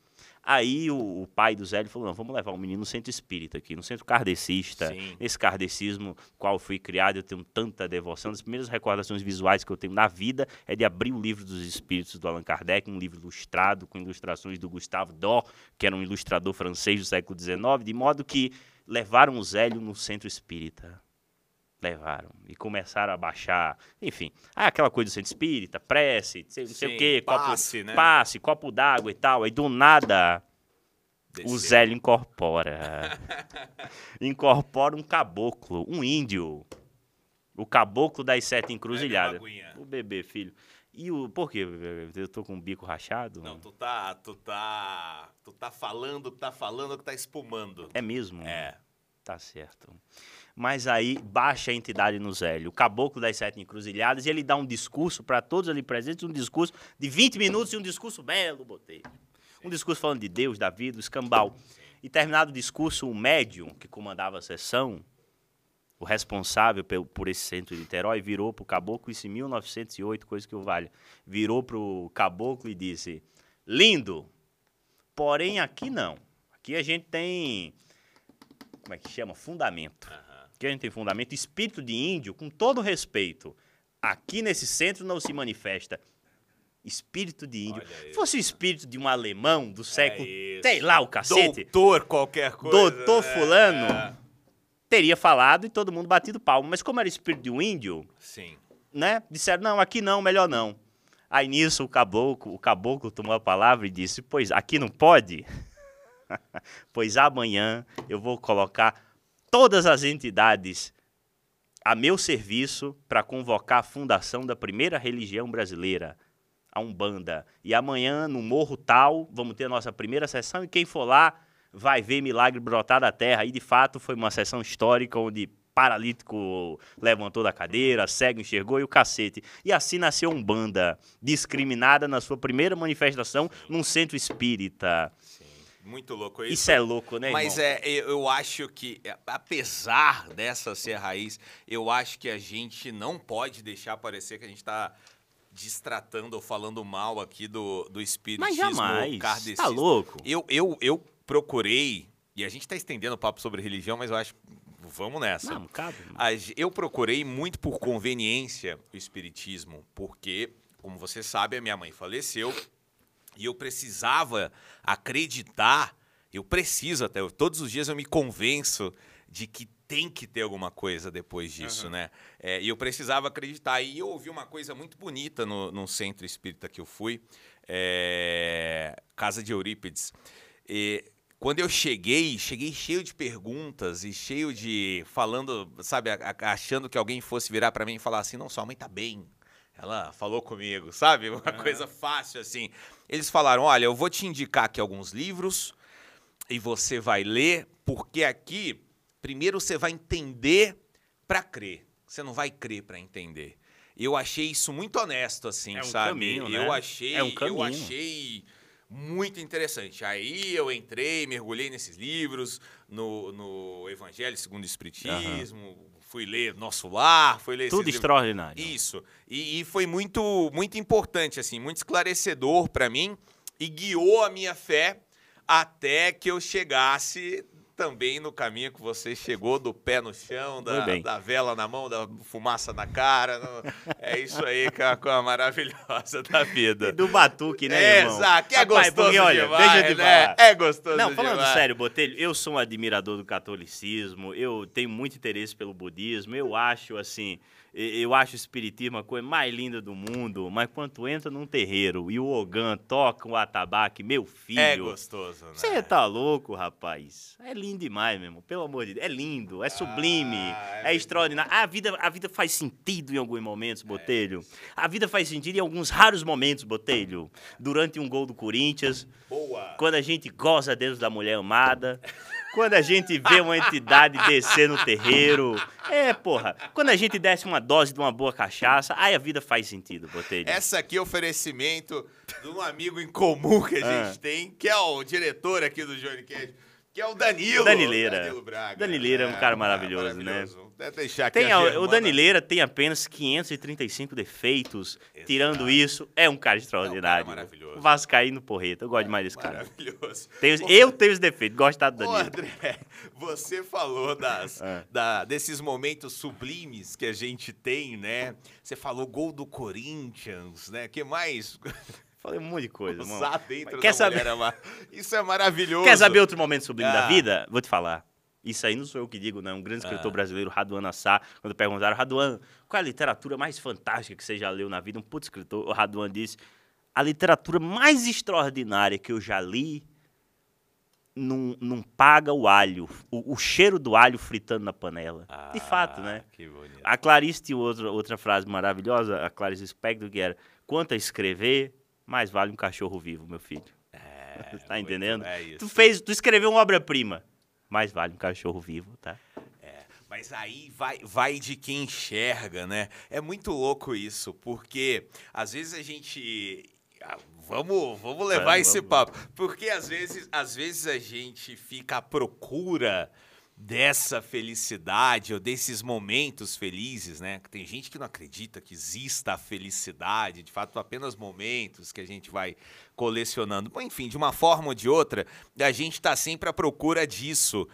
Aí o, o pai do Zé ele falou: não, vamos levar o menino no centro espírita aqui, no centro kardecista.
Sim.
Esse kardecismo qual eu fui criado, eu tenho tanta devoção. Uma das primeiras recordações visuais que eu tenho na vida é de abrir o livro dos espíritos do Allan Kardec, um livro ilustrado, com ilustrações do Gustave Dor, que era um ilustrador francês do século XIX, de modo que levaram o Zélio no centro espírita. Levaram. E começaram a baixar. Enfim, ah, aquela coisa do centro espírita, prece, não sei
Sim,
o quê,
passe,
copo,
né?
passe, copo d'água e tal. Aí do nada. O Zélio incorpora. incorpora um caboclo, um índio. O caboclo das sete encruzilhadas. O bebê, filho. E o. Por quê? bebê? Eu tô com o bico rachado?
Não, tu tá, tu tá, tu tá falando, tá falando que tá espumando.
É mesmo?
É.
Tá certo. Mas aí baixa a entidade no Zélio, o caboclo das sete encruzilhadas, e ele dá um discurso para todos ali presentes, um discurso de 20 minutos e um discurso belo, botei. Um discurso falando de Deus, da vida, do escambau. E terminado o discurso, o médium que comandava a sessão, o responsável pel- por esse centro de Niterói, virou pro caboclo, isso em 1908, coisa que eu valha, virou pro caboclo e disse, lindo, porém aqui não. Aqui a gente tem como é que chama? Fundamento. O esquerda, não tem fundamento. Espírito de índio, com todo respeito, aqui nesse centro não se manifesta. Espírito de índio.
Olha isso. É
Fosse o espírito de um alemão do século,
isso.
sei lá, o cacete,
Doutor qualquer coisa.
doutor
né?
fulano,
É,
teria falado e todo mundo batido palma. Mas como era espírito de um índio,
Sim.
né? Disseram, não, aqui não, melhor não. Aí nisso o caboclo, o caboclo tomou a palavra e disse, pois aqui não pode? pois amanhã eu vou colocar todas as entidades a meu serviço para convocar a fundação da primeira religião brasileira, a Umbanda. E amanhã, no Morro Tal, vamos ter a nossa primeira sessão e quem for lá vai ver milagre brotar da terra. E de fato foi uma sessão histórica onde paralítico levantou da cadeira, cego enxergou e o cacete. E assim nasceu a Umbanda, discriminada na sua primeira manifestação num centro espírita.
Sim. Muito louco
Isso é louco, né,
Mas
irmão?
é, eu eu acho que, é, apesar dessa ser a raiz, eu acho que a gente não pode deixar parecer que a gente está distratando ou falando mal aqui do, do é espiritismo
Mas jamais.
kardecista.
Tá louco?
Eu, eu, eu procurei, e a gente está estendendo o papo sobre religião, mas eu acho. Vamos nessa.
Não, cabe.
A ge- Eu procurei muito por conveniência o espiritismo, porque, como você sabe, a minha mãe faleceu e eu precisava acreditar. Eu preciso até, eu- todos os dias eu me convenço de que tem que ter alguma coisa depois disso, né? É, e eu precisava acreditar. E eu ouvi uma coisa muito bonita no, num centro espírita que eu fui, é, Casa de Eurípides. E quando eu cheguei, cheguei cheio de perguntas e cheio de falando, sabe, a- a- achando que alguém fosse virar pra mim e falar assim: não, sua mãe tá bem. Ela falou comigo, sabe? Uma coisa fácil assim. Eles falaram: olha, eu vou te indicar aqui alguns livros e você vai ler, porque aqui, primeiro você vai entender pra crer. Você não vai crer pra entender. Eu achei isso muito honesto, assim,
É um
sabe?
caminho, né?
Eu achei.
É um
Eu
caminho.
achei muito interessante. Aí eu entrei, mergulhei nesses livros, no, no Evangelho segundo o Espiritismo, fui ler Nosso Lar, fui ler
Tudo
esses livros.
extraordinário.
Isso. E, e foi muito, muito importante, assim, muito esclarecedor pra mim e guiou a minha fé até que eu chegasse também no caminho que você chegou, do pé no chão, da,
Muito bem.
da vela na mão, da fumaça na cara. no- É isso aí que é uma coisa maravilhosa da
E
vida.
do batuque, né,
é,
irmão?
exato, que é
Rapaz,
gostoso
porque, olha,
demais,
deixa eu te
né?
falar.
É gostoso
Não, falando
demais.
sério, Botelho, eu sou um admirador do catolicismo, eu tenho muito interesse pelo budismo, eu acho, assim, e- eu acho o espiritismo a coisa mais linda do mundo, mas quando entra num terreiro e o Ogã toca o atabaque, meu
É
filho...
gostoso, né?
Você tá louco, rapaz? É lindo demais, meu irmão. Pelo amor de Deus. É lindo, é sublime,
é
é,
verdade. É
extraordinário. A vida, a vida faz sentido em alguns momentos, Botelho. A vida faz sentido em alguns raros momentos, Botelho. Durante um gol do Corinthians,
Boa.
quando a gente goza Deus da mulher amada, quando a gente vê uma entidade descer no terreiro. É, porra. Quando a gente desce uma dose de uma boa cachaça, aí a vida faz sentido, Botelho.
Essa aqui é oferecimento de um amigo em comum que
Ah.
a gente tem, que é o diretor aqui do Johnny Cash, que é o Danilo.
Danileira.
Danilo Braga.
Danileira é um cara maravilhoso,
né? Até deixar aqui
Tem
a
a- o
Germana-
Danileira tem apenas 535 defeitos.
Exato.
Tirando isso, é um cara extraordinário.
maravilhoso.
Vascaíno Porreta. Eu gosto demais desse cara.
Maravilhoso.
Tenho-
Ô,
eu tenho os defeitos, gosto tá do
Ô,
Danilo.
André, você falou das,
É.
da- desses momentos sublimes que a gente tem, né? Você falou gol do Corinthians, né? que mais?
Falei um monte de coisa, mano.
Usar dentro
Quer
da
saber-
mulher amar. Isso é maravilhoso.
Quer saber outro momento sublime da
Ah.
vida? Vou te falar. Isso aí não sou eu que digo, não. Um grande escritor brasileiro, Raduan Assá, quando perguntaram, Raduan, qual é a literatura mais fantástica que você já leu na vida? Um puto escritor, o Raduan disse, a literatura mais extraordinária que eu já li não, não paga o alho, o, o cheiro do alho fritando na panela.
Ah.
De fato, né?
Que bonito.
A Clarice tinha outra, outra frase maravilhosa, a Clarice Spector, que era, quanto a escrever, mais vale um cachorro vivo, meu filho.
É,
Tá
muito-
entendendo?
É isso.
Tu fez, tu escreveu uma obra-prima. Mais vale um cachorro vivo, tá?
Mas aí vai, vai de quem enxerga, né? É muito louco isso, porque às vezes a gente. ah, Vamos, vamos levar
Vamos,
esse
vamos.
papo. Porque às vezes, às vezes a gente fica à procura dessa felicidade ou desses momentos felizes, né? Que Tem gente que não acredita que exista a felicidade, de fato, apenas momentos que a gente vai tá colecionando. Bom, Enfim, de uma forma ou de outra, a gente está sempre à procura disso.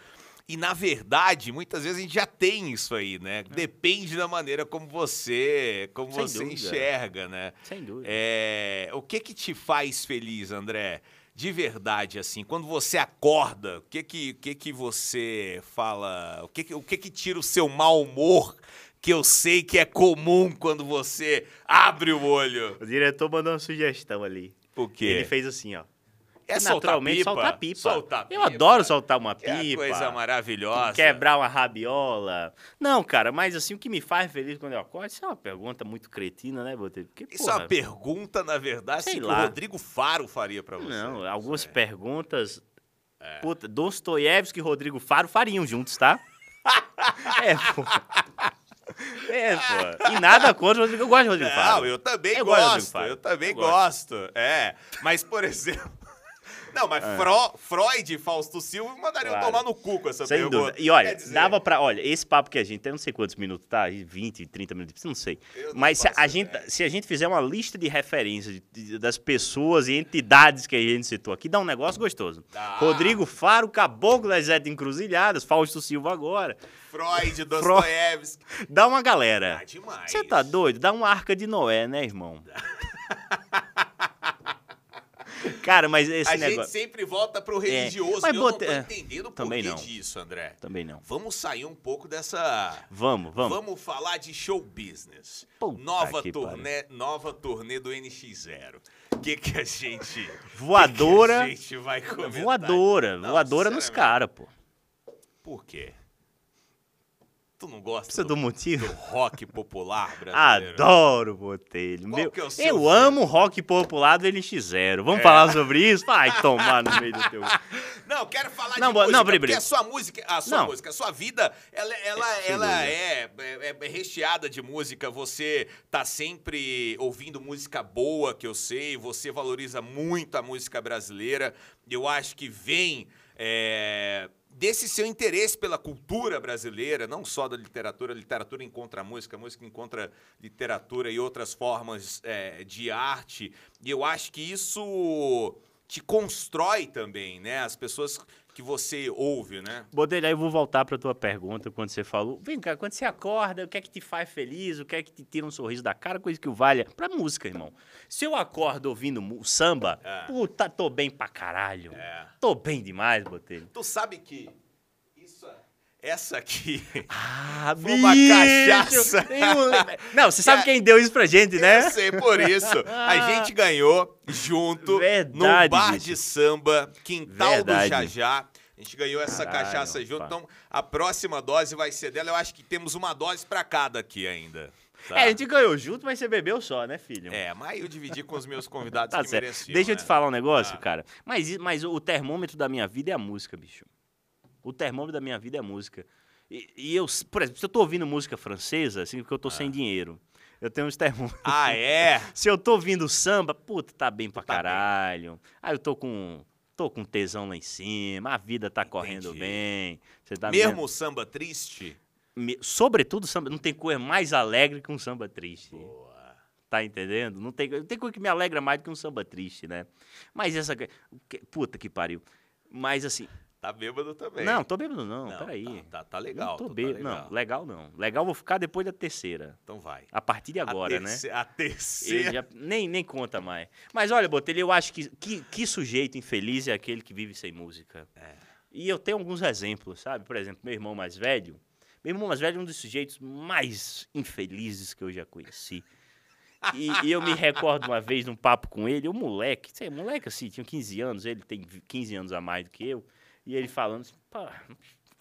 E na verdade, muitas vezes a gente já tem isso aí, né? Depende da maneira como você, como
É. Sem
você
dúvida.
enxerga, né?
Sem dúvida.
É, o que que te faz feliz, André? De verdade, assim, quando você acorda, o que que, o que, que você fala? O que que, o que que tira o seu mau humor? Que eu sei que é comum quando você abre o olho.
É, O diretor mandou uma sugestão ali.
O quê?
Ele fez assim, ó.
é
naturalmente
soltar pipa.
soltar pipa. Eu
pipa,
adoro soltar uma
que é a
pipa. é
coisa maravilhosa.
Quebrar uma rabiola. Não, cara, mas assim, o que me faz feliz quando eu acordo, isso é uma pergunta muito cretina, né, Botelho? Porque,
Isso é
porra,
uma pergunta, na verdade,
Sei
assim, que o
lá.
Rodrigo Faro faria pra você.
Não, algumas
É.
perguntas... Puta, Dostoiévski e Rodrigo Faro fariam juntos, tá? é, pô. É, pô. E nada contra o Rodrigo. Eu gosto do Rodrigo Faro.
Não, eu também
Eu gosto do Rodrigo
gosto.
Faro.
eu também
Eu
gosto. É. Mas, por exemplo. Não, mas Fro- Freud e Fausto Silva mandariam
É. Claro.
tomar no cu com essa
Sem
pergunta.
dúvida. E olha,
Quer é dizer,
dava pra. Olha, esse papo que a gente tem, não sei quantos minutos tá, aí, 20, 30 minutos, não sei.
Eu não
Mas se a,
faço
gente, se a gente fizer uma lista de referências de- de- das pessoas e entidades que a gente citou aqui, dá um negócio gostoso.
Dá.
Rodrigo Faro, Caboclo das Sete Encruzilhadas, Fausto Silva agora.
Freud, Dostoiévski.
Dá uma
Ah,
galera.
demais.
Você tá doido? Dá uma arca de Noé, né, irmão? Cara, mas esse
A
negócio. É.
gente sempre volta pro religioso.
Mas
eu
bote-
não
é.
tô entendendo o
Também
porquê
não.
disso, André.
Também não.
Vamos sair um pouco dessa...
Vamos, vamos.
Vamos. falar de show business.
Puta
nova,
que
turnê, nova turnê do NX0. O que, que a gente. que
Voadora.
que a gente vai comentar?
Voadora,
Não,
voadora nos
sinceramente,
caras, pô.
Por quê? Tu não gosta
Precisa do motivo?
do rock popular brasileiro?
Adoro Botelho.
Qual
Meu,
que é o seu
eu
jeito?
amo rock popular do NX0. Vamos falar sobre isso? Vai tomar no meio do teu.
Não, quero falar
Não,
de
bo- não,
música,
Bri,
porque
Bri.
a sua música, a sua
Não.
música, a sua vida, ela, ela,
Sem
ela é, é- é recheada de música. Você tá sempre ouvindo música boa, que eu sei. Você valoriza muito a música brasileira. Eu acho que vem é, desse seu interesse pela cultura brasileira, não só da literatura. Literatura encontra música, música encontra literatura e outras formas é, de arte. E eu acho que isso te constrói também, né? As pessoas que você ouve, né?
Botelho, aí eu vou voltar pra tua pergunta quando você falou. Vem cá, quando você acorda, o que é que te faz feliz? O que é que te tira um sorriso da cara? Coisa que o valha pra música, irmão. Se eu acordo ouvindo mu- samba,
É.
puta, tô bem pra caralho.
É.
Tô bem demais, Botelho.
Tu sabe que isso, é, essa aqui,
Ah,
Foi uma
bicho!
cachaça.
Tem um- Não, você sabe quem deu isso pra gente, né? Ah.
eu sei por isso, a gente ganhou junto num
Verdade,
bar
bicho.
de samba, Quintal do
Verdade.
Jajá. A gente ganhou essa
Caralho,
cachaça junto,
rapaz.
então a próxima dose vai ser dela. Eu acho que temos uma dose pra cada aqui ainda. tá?
É, a gente ganhou junto, mas você bebeu só, né, filho?
É, mas eu dividi com os meus convidados
Tá
que
certo.
mereciam,
Deixa eu
né?
te falar um negócio,
Ah.
cara. Mas, i- mas o termômetro da minha vida é a música, bicho. O termômetro da minha vida é a música. E, e eu, s- por exemplo, se eu tô ouvindo música francesa, assim, porque eu tô sem dinheiro. Eu tenho uns termômetros.
Ah, é?
Se eu tô ouvindo samba, puta, tá bem pra
Tá bem.
caralho. Aí eu tô com. tô com tesão lá em cima, a vida tá correndo
Entendi.
bem. Você tá
Mesmo o samba triste?
me- sobretudo samba, não tem coisa mais alegre que um samba triste. Tá entendendo? Não tem, co- não tem coisa que me alegra mais do que um samba triste, né? Mas essa. que- que- Puta que pariu. Mas assim.
Tá bêbado também.
Não, tô bêbado não,
Não,
peraí.
Tá, tá, tá legal.
não tô
tá
bêbado.
legal.
Não, legal não. Legal vou ficar depois da terceira.
Então vai.
A partir de agora,
a
né?
terce- A
Eu
terceira.
já- nem, nem conta mais. Mas olha, Botelho, eu acho que, que que sujeito infeliz é aquele que vive sem música. E eu tenho alguns exemplos, sabe? Por exemplo, meu irmão mais velho. Meu irmão mais velho é um dos sujeitos mais infelizes que eu já conheci. E, e eu me recordo uma vez num papo com ele, um moleque, sei, moleque assim, tinha 15 anos, ele tem 15 anos a mais do que eu, e ele falando assim, pá,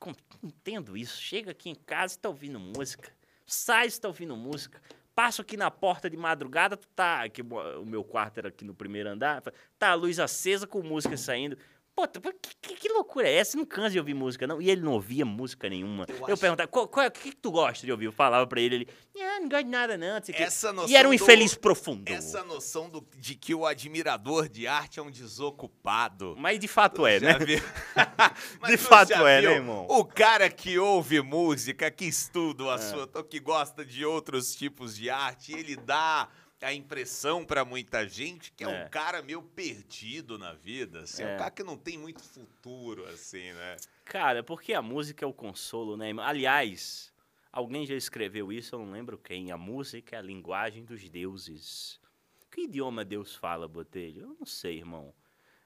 com- não entendo isso, chega aqui em casa e tá ouvindo música, sai se tá ouvindo música, passo aqui na porta de madrugada, tu tá, que mo- o meu quarto era aqui no primeiro andar, fa- tá a luz acesa com música saindo, pô, tu- que, que- que loucura é essa? Não cansa de ouvir música, não. E ele não ouvia música nenhuma. Eu,
acho-
perguntava, qual, qual é- o que, que tu gosta de ouvir? Eu falava pra ele, ele, ah, não gosto de nada não, não sei o quê."
Essa noção
E era um
do-
infeliz profundo.
Essa noção do- de que o admirador de arte é um desocupado.
Mas de fato é,
Já
né?
vi- Mas
De
tu
fato
já
é,
viu?
né, irmão?
O cara que ouve
É.
música, que estuda o assunto, ou que gosta de outros tipos de arte, ele dá a impressão pra muita gente que é, um
É.
cara meio perdido na vida, assim, é. um
É.
cara que não tem muito futuro, assim, né?
Cara, porque a música é o consolo, né? irmão? Aliás, alguém já escreveu isso, eu não lembro quem. A música é a linguagem dos deuses. Que idioma Deus fala, Botelho? Eu não sei, irmão.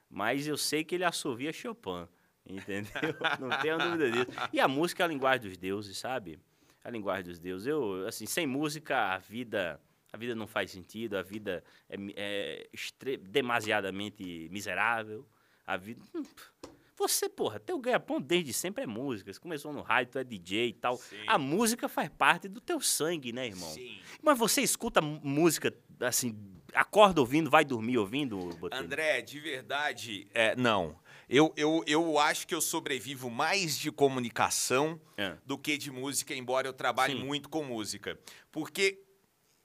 Mas eu sei que ele assovia Chopin, entendeu? não tenho dúvida disso. E a música é a linguagem dos deuses, sabe? A linguagem dos deuses. Eu, assim, sem música, a vida... A vida não faz sentido, a vida é, mi- é extre- demasiadamente miserável. A vida. Hum, Você, porra, teu ganha-pão desde sempre é música. Você começou no rádio, tu é DJ e tal.
Sim.
A música faz parte do teu sangue, né, irmão?
Sim.
Mas você escuta mu- música, assim, acorda ouvindo, vai dormir ouvindo, Botelho?
André, de verdade, é, não. Eu, eu, eu acho que eu sobrevivo mais de comunicação
É.
do que de música, embora eu trabalhe
Sim.
muito com música. Porque,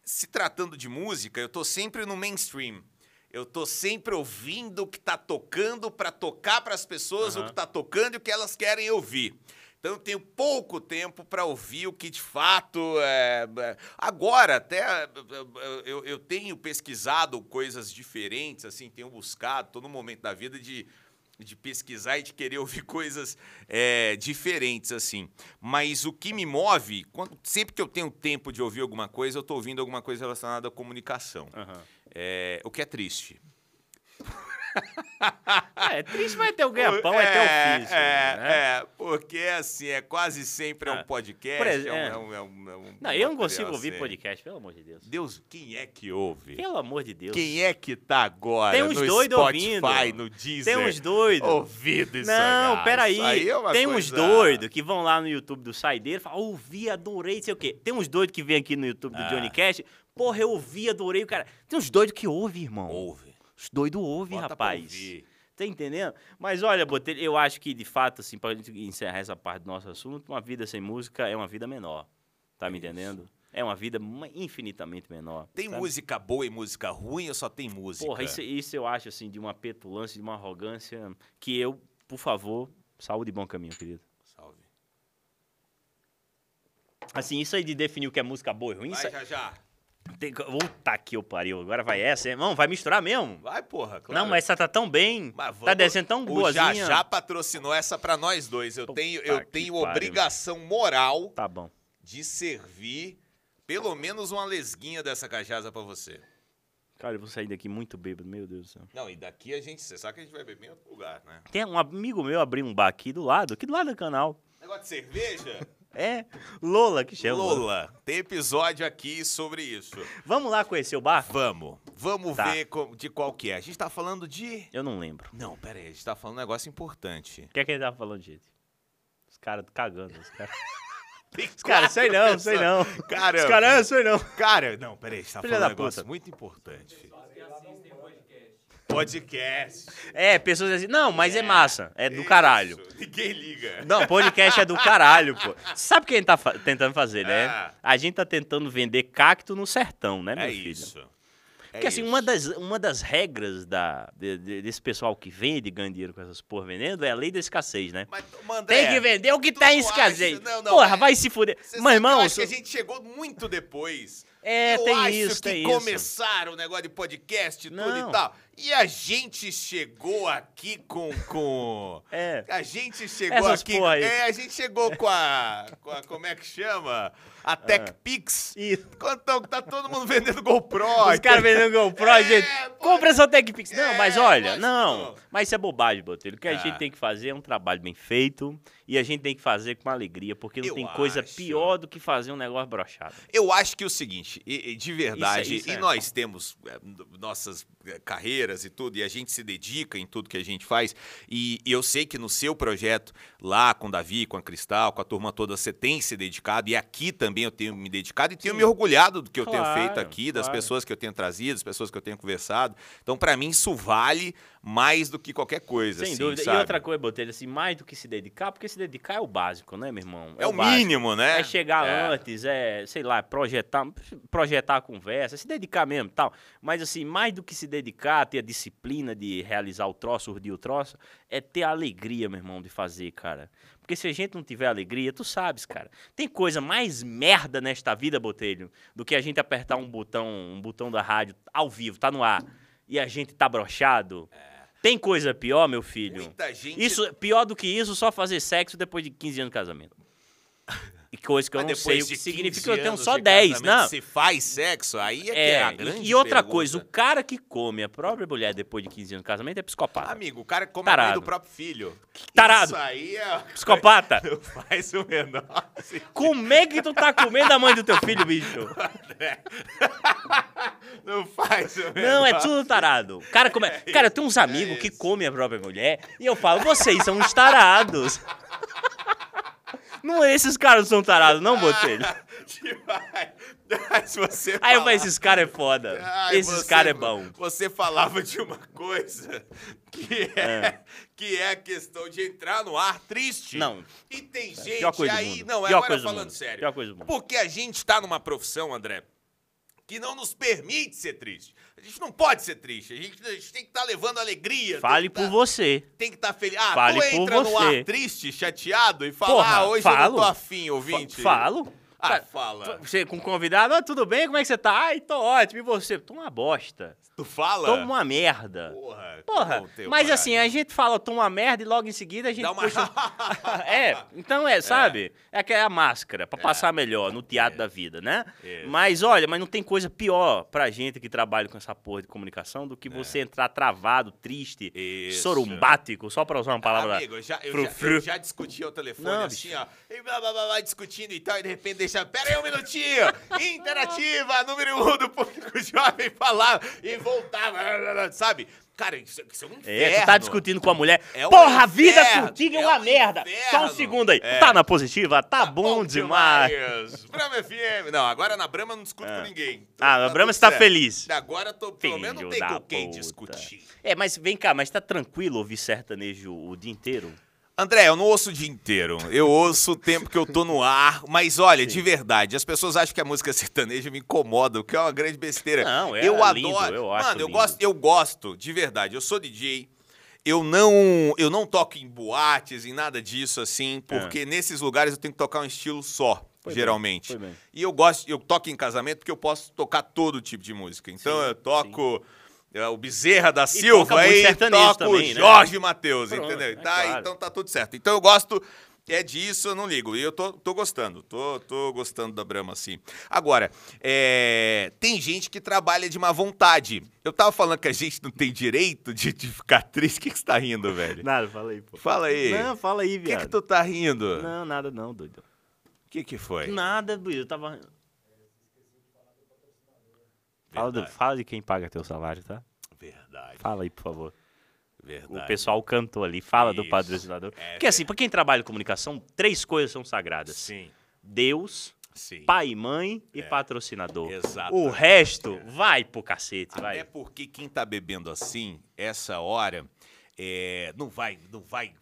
se tratando de música, eu tô sempre no mainstream. Eu tô sempre ouvindo o que tá tocando pra tocar pras pessoas o
Aham.
que tá tocando e o que elas querem ouvir. Então eu tenho pouco tempo pra ouvir o que de fato é. é- Agora, até é, é, eu, eu tenho pesquisado coisas diferentes, assim, tenho buscado, tô num momento da vida de, de pesquisar e de querer ouvir coisas é, diferentes, assim. Mas o que me move, quando- sempre que eu tenho tempo de ouvir alguma coisa, eu tô ouvindo alguma coisa relacionada à comunicação.
Aham.
É, o que é triste.
É, é triste, mas teu ganha-pão é, teu ofício.
É,
né?
é, porque assim, é quase sempre é um
Ah,
podcast.
por exemplo,
é um-
é.
é um- é um- é um
Não, eu não
material
consigo ouvir
sério.
podcast, pelo amor de Deus.
Deus, quem é que ouve?
Pelo amor de Deus.
Quem é que tá agora
Tem uns
no
doido
Spotify,
ouvindo.
no Deezer?
Tem uns doidos.
Ouvido isso
Não,
aí.
peraí.
Isso aí é uma
tem uns
coisa-
doidos que vão lá no YouTube do Saideiro e falam, ouvi, adorei, não sei o quê. Tem uns doidos que vêm aqui no YouTube do
Ah.
Johnny Cash, porra, eu ouvi, adorei o cara. Tem uns doidos que ouvem, irmão.
Ouve.
Os doidos ouvem,
Bota pra
rapaz.
ouvir.
Tá entendendo? Mas olha, Botelho, eu acho que, de fato, assim, pra gente encerrar essa parte do nosso assunto, uma vida sem música é uma vida menor. Tá me entendendo? É uma vida ma- infinitamente menor.
Tem
sabe?
música boa e música ruim ou só tem música?
Porra, isso, isso eu acho, assim, de uma petulância, de uma arrogância, que eu, por favor, saúde e bom caminho, querido.
Salve.
Assim, isso aí de definir o que é música boa e ruim, isso
Vai, já,
aí...
já.
Tem... co- Puta que eu pariu, agora vai essa, hein? irmão, vai misturar mesmo.
Vai, porra, claro.
Não, mas essa tá tão bem,
Mas
tá
vamos-
descendo tão
O
boazinha.
Já já patrocinou essa pra nós dois. Eu
Puta
tenho, eu
que
tenho
pariu.
obrigação moral
Tá bom.
de servir pelo menos uma lesguinha dessa cachaça pra você.
Cara, eu vou sair daqui muito bêbado, meu Deus do céu.
Não, e daqui a gente, você sabe que a gente vai beber em outro lugar, né?
Tem um amigo meu abriu um bar aqui do lado, aqui do lado do canal.
Negócio de cerveja?
É, Lola que chama.
Lola, tem episódio aqui sobre isso.
Vamos lá conhecer o bar?
Vamos, vamos
Tá.
ver co- de qual que é. A gente tá falando de...
Eu não lembro.
Não, pera aí, a gente tá falando um negócio importante.
O que é que ele tava falando, gente? Os caras cagando, os caras. Os caras, sei não, sei não.
Cara,
Os caras, sei não.
Cara, não, peraí, você tá
Filha
falando um
da
negócio
puta.
muito importante. Podcast.
É, pessoas assim, não, mas é massa, é do caralho.
Isso, Ninguém liga.
Não, podcast é do caralho, pô. Sabe o que a gente tá fa- tentando fazer, né?
Ah.
A gente tá tentando vender cacto no sertão, né, meu
é
filho?
isso.
Porque assim, uma das, uma das regras da, de- de- desse pessoal que vende e ganha dinheiro com essas porra vendendo é a lei da escassez, né?
Mas, mano,
Tem
é,
que vender o que
tu
tá em
acha-
escassez.
não, não,
porra,
é-
vai se fuder.
Você
Mas,
sabe que eu
irmão,
acho
isso-
que a gente chegou muito depois.
É,
eu
tem
acho
isso,
que
tem isso.
começaram o negócio de podcast e tudo
Não.
e tal. E a gente chegou aqui com... com...
é.
A gente chegou
Essas
aqui...
porra aí.
É, a gente chegou com a... Com a como é que chama?
É.
A TechPix.
Isso.
Quando tá, tá todo mundo vendendo GoPro.
Os caras vendendo GoPro,
É,
gente.
pode-
Compra essa TechPix. Não, mas
É,
olha,
pode
não.
não.
Mas isso é bobagem, Botelho. O que a
Ah.
gente tem que fazer é um trabalho bem feito e a gente tem que fazer com alegria, porque não
Eu
tem coisa
acho.
pior do que fazer um negócio brochado.
Eu acho que é o seguinte, e- e de verdade,
Isso é- isso
e
é.
nós temos é, n- nossas é, carreiras e tudo, e a gente se dedica em tudo que a gente faz, e, e eu sei que no seu projeto, lá com o Davi, com a Cristal, com a turma toda, você tem se dedicado, e aqui também eu tenho me dedicado e tenho me orgulhado do que eu tenho
Claro,
feito aqui, das
claro.
pessoas que eu tenho trazido, das pessoas que eu tenho conversado. Então, pra mim, isso vale mais do que qualquer coisa.
Sem
assim,
dúvida.
sabe?
E outra coisa, Botelho, assim, mais do que se dedicar, porque se dedicar é o básico, né, meu irmão?
É o
básico.
mínimo, né?
É chegar
É.
antes, é, sei lá, projetar, projetar a conversa, se dedicar mesmo e tal. Mas assim, mais do que se dedicar, ter a disciplina de realizar o troço, urdir o troço, é ter a alegria, meu irmão, de fazer, cara. Porque se a gente não tiver alegria, tu sabes, cara. Tem coisa mais merda nesta vida, Botelho, do que a gente apertar um botão, um botão da rádio ao vivo, tá no ar, e a gente tá brochado.
É.
Tem coisa pior, meu filho?
Muita gente.
Isso, pior do que isso, só fazer sexo depois de 15 anos de casamento. E coisa que eu
Mas
não sei
depois
o que
de
significa,
15
eu tenho
anos
só
de
10,
casamento,
não.
Se faz sexo, aí é, que é a
É,
grande
e, e outra
pergunta.
coisa, o cara que come a própria mulher depois de 15 anos de casamento é psicopata.
Amigo, o cara come a
Tarado.
mãe do próprio filho.
Tarado.
Isso aí é...
Psicopata!
Não faz o menor sentido.
Como é que tu tá comendo a mãe do teu filho, bicho?
Não faz o menor
Não, é tudo tarado. Cara, como é? Cara, eu tenho uns amigos que comem a própria mulher e eu falo, vocês são uns tarados. Não, esses caras não são tarados, não, Botelho.
Demais. Mas você
Aí eu
falar-
falei, esses caras é foda.
Ai,
esses
você-
caras é bom.
Você falava de uma coisa que é, que é a questão de entrar no ar triste.
Não. É
E tem
Pior
gente
coisa do
aí.
mundo.
Não, é
Pior
agora
coisa do
falando
mundo.
sério.
Pior coisa do mundo.
Porque a gente tá numa profissão, André, que não nos permite ser triste. A gente não pode ser triste. A gente, a gente tem que estar levando alegria.
Fale
tem que tá-
por você.
Tem que estar feliz. Ah,
Fale
tu
por
entra no
você.
ar triste, chateado e fala,
Porra,
ah, hoje eu não
falo.
tô afim,
Fa-
ouvinte.
Falo.
Ah,
Cara,
fala.
Você com convidado, ah, tudo bem? Como é que você tá? Ai, tô ótimo. E você? Tô uma bosta.
Tu fala?
Toma uma merda.
Porra.
Porra,
não tem
mas
coragem.
assim, a gente fala, toma uma merda e logo em seguida a gente
Dá uma...
puxa... é, então é, sabe? É que é a máscara, pra passar melhor no teatro da vida, né?
É.
Mas olha, mas não tem coisa pior pra gente que trabalha com essa porra de comunicação do que você entrar travado, triste,
É. Isso.
sorumbático, só pra usar uma palavra...
Amigo, eu já, eu
Fru,
já,
fru.
eu já discuti ao telefone
Não,
assim, ó. E blá, blá, blá, blá, discutindo e tal, e de repente deixa. Pera aí um minutinho! Interativa, número um do público jovem falava e voltava, blá, blá, blá, sabe? Cara, isso, isso é um inferno.
É, tu tá discutindo com a mulher.
É um
Porra, a vida
inferno,
contigo é
é
uma
um
merda. Só um
inferno.
segundo aí.
É.
Tá na positiva? Tá, bom, demais.
Brama FM. Não, agora na Brama eu não discuto com ninguém.
Ah, na
Tá
Brahma
tudo
você tá
certo.
feliz.
Agora eu tô, pelo menos não
Filho
tem com
da
quem
puta.
discutir.
É, mas vem cá, mas tá tranquilo ouvir sertanejo o dia inteiro?
André, eu não ouço o dia inteiro. Eu ouço o tempo que eu tô no ar. Mas olha, de verdade, as pessoas acham que a música sertaneja me incomoda, o que é uma grande besteira.
Não, é
eu
lindo,
adoro.
eu acho
Mano, eu
lindo.
gosto, eu gosto, de verdade. Eu sou DJ. Eu não, eu não toco em boates, em nada disso assim, porque nesses lugares eu tenho que tocar um estilo só,
É. Foi bem,
geralmente.
foi bem.
E eu gosto, eu toco em casamento porque eu posso tocar todo tipo de música. Então
Sim,
eu toco é, o Bezerra da
toca
Silva
muito
e
sertanejo
toco
também, né?
Jorge Matheus,
Pronto,
entendeu?
é
Tá,
claro.
Então tá tudo certo. Então eu gosto é disso, eu não ligo. E eu tô, tô gostando, tô, tô gostando da Brahma, assim. Agora, é, tem gente que trabalha de má vontade. Eu tava falando que a gente não tem direito de, de ficar triste. O que, que você tá rindo, velho?
Nada, fala aí, pô.
Fala aí.
Não, fala aí,
O que,
viado.
que tu tá rindo?
Não, nada não, doido.
O que, que foi?
Nada, doido. Eu tava... Fala, do-
Verdade.
fala de quem paga teu salário, tá?
Verdade,
Fala aí, por favor.
verdade.
O pessoal cantou ali, fala do
Isso.
patrocinador.
É
Porque assim, pra quem trabalha em comunicação, três coisas são sagradas.
Sim,
Deus,
sim. É.
pai e mãe e patrocinador.
Exato.
O resto vai pro cacete,
É. Até
vai.
porque quem tá bebendo assim, essa hora, é, não vai não vai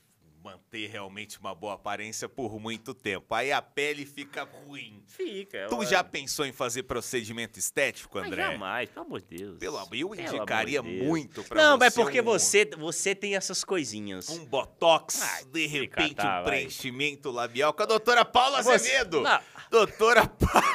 manter realmente uma boa aparência por muito tempo. Aí a pele fica ruim.
Fica.
Tu
ela-
já pensou em fazer procedimento estético,
Mas
André?
jamais, pelo amor de Deus.
Pelo, eu
Pelo
indicaria
amor de Deus.
muito pra
Não,
você
mas é porque
um-
você, você tem essas coisinhas.
Um botox,
Ah,
de
se
repente
catar,
um
vai.
preenchimento labial com a doutora Paula
Você-
Azevedo.
Não.
Doutora Paula.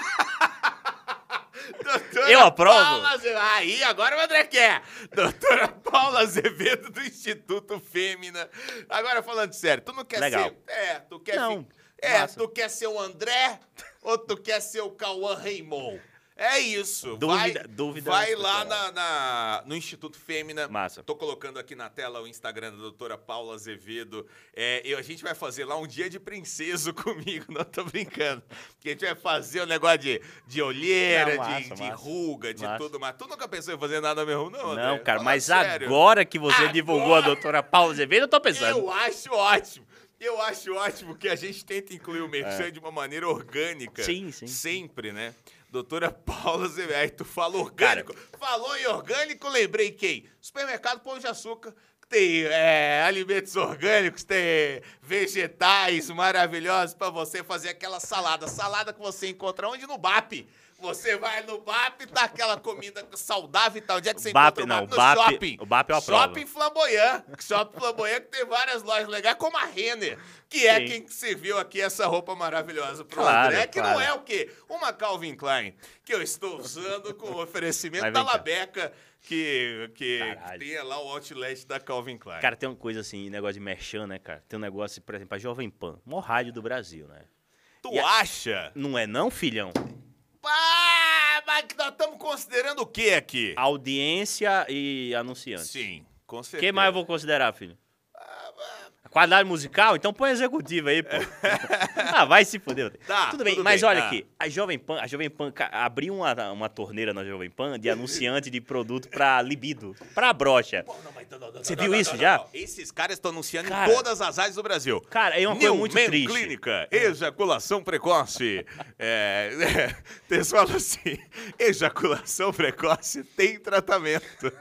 doutora
Eu aprovo.
Paula Azevedo. Aí, agora o André quer. Doutora Paula Azevedo do Instituto Fêmina. Agora, falando sério, tu não quer
Legal.
ser... É, tu quer...
Não,
fi- É,
massa.
tu quer ser o André ou tu quer ser o Cauã Raymond? É isso.
Dúvida-
vai,
dúvida
Vai
não
lá
fica
na, na- no Instituto Fêmina.
Massa.
Tô colocando aqui na tela o Instagram da doutora Paula Azevedo. É, eu, a gente vai fazer lá um dia de princeso comigo, não tô brincando. Que a gente vai fazer o negócio de, de olheira,
Não, massa,
de, de
massa.
ruga, de
Massa.
tudo mais. Tu nunca pensou em fazer nada mesmo, não?
Não,
André?
cara,
Fala
mas
sério.
agora que você
Agora-
divulgou a doutora Paula Azevedo, eu tô pensando.
Eu acho ótimo. Eu acho ótimo que a gente tenta incluir o merchan de uma maneira orgânica.
É. Sim, sim.
Sempre, né? Doutora Paula Azevedo. Aí tu fala orgânico. Falou em orgânico, lembrei quem? Supermercado Pão de Açúcar. que Tem é, alimentos orgânicos, tem vegetais maravilhosos pra você fazer aquela salada. Salada que você encontra onde? No BAP. Você vai no BAP, tá aquela comida saudável e tal. Onde é que você
BAP
encontra
não,
o BAP? No
BAP
shopping.
o BAP é uma prova.
Shopping Flamboyant. Shopping Flamboyant que tem várias lojas legais, como a Renner, que é
Sim.
quem serviu aqui essa roupa maravilhosa pro
Claro,
André, que
claro.
não é o quê? Uma Calvin Klein, que eu estou usando com o oferecimento
Mas
da
vem cá.
Labeca, que, que
Caralho.
tem lá o outlet da Calvin Klein.
Cara, tem uma coisa assim, negócio de merchan, né, cara? Tem um negócio, por exemplo, a Jovem Pan, maior rádio do Brasil, né?
tu
e a-
acha?
Não é não, filhão?
Pá, mas nós estamos considerando o quê aqui?
Audiência e anunciante.
Sim, com Ah,
O
certeza.
que mais eu vou considerar, filho? Qualidade musical? Então põe executiva aí, pô. ah, vai se fuder. Odeio.
Tá,
tudo bem,
tudo
mas
bem,
olha
tá.
aqui, a Jovem Pan, a Jovem Pan ca- abriu uma, uma torneira na Jovem Pan de anunciante de produto pra libido, pra brocha. Você viu isso já?
Esses caras estão anunciando
Cara.
em todas as áreas do Brasil.
Cara, é uma coisa muito
Newman
triste. É.
Clínica, ejaculação precoce. é, eles falam assim, ejaculação precoce tem tratamento.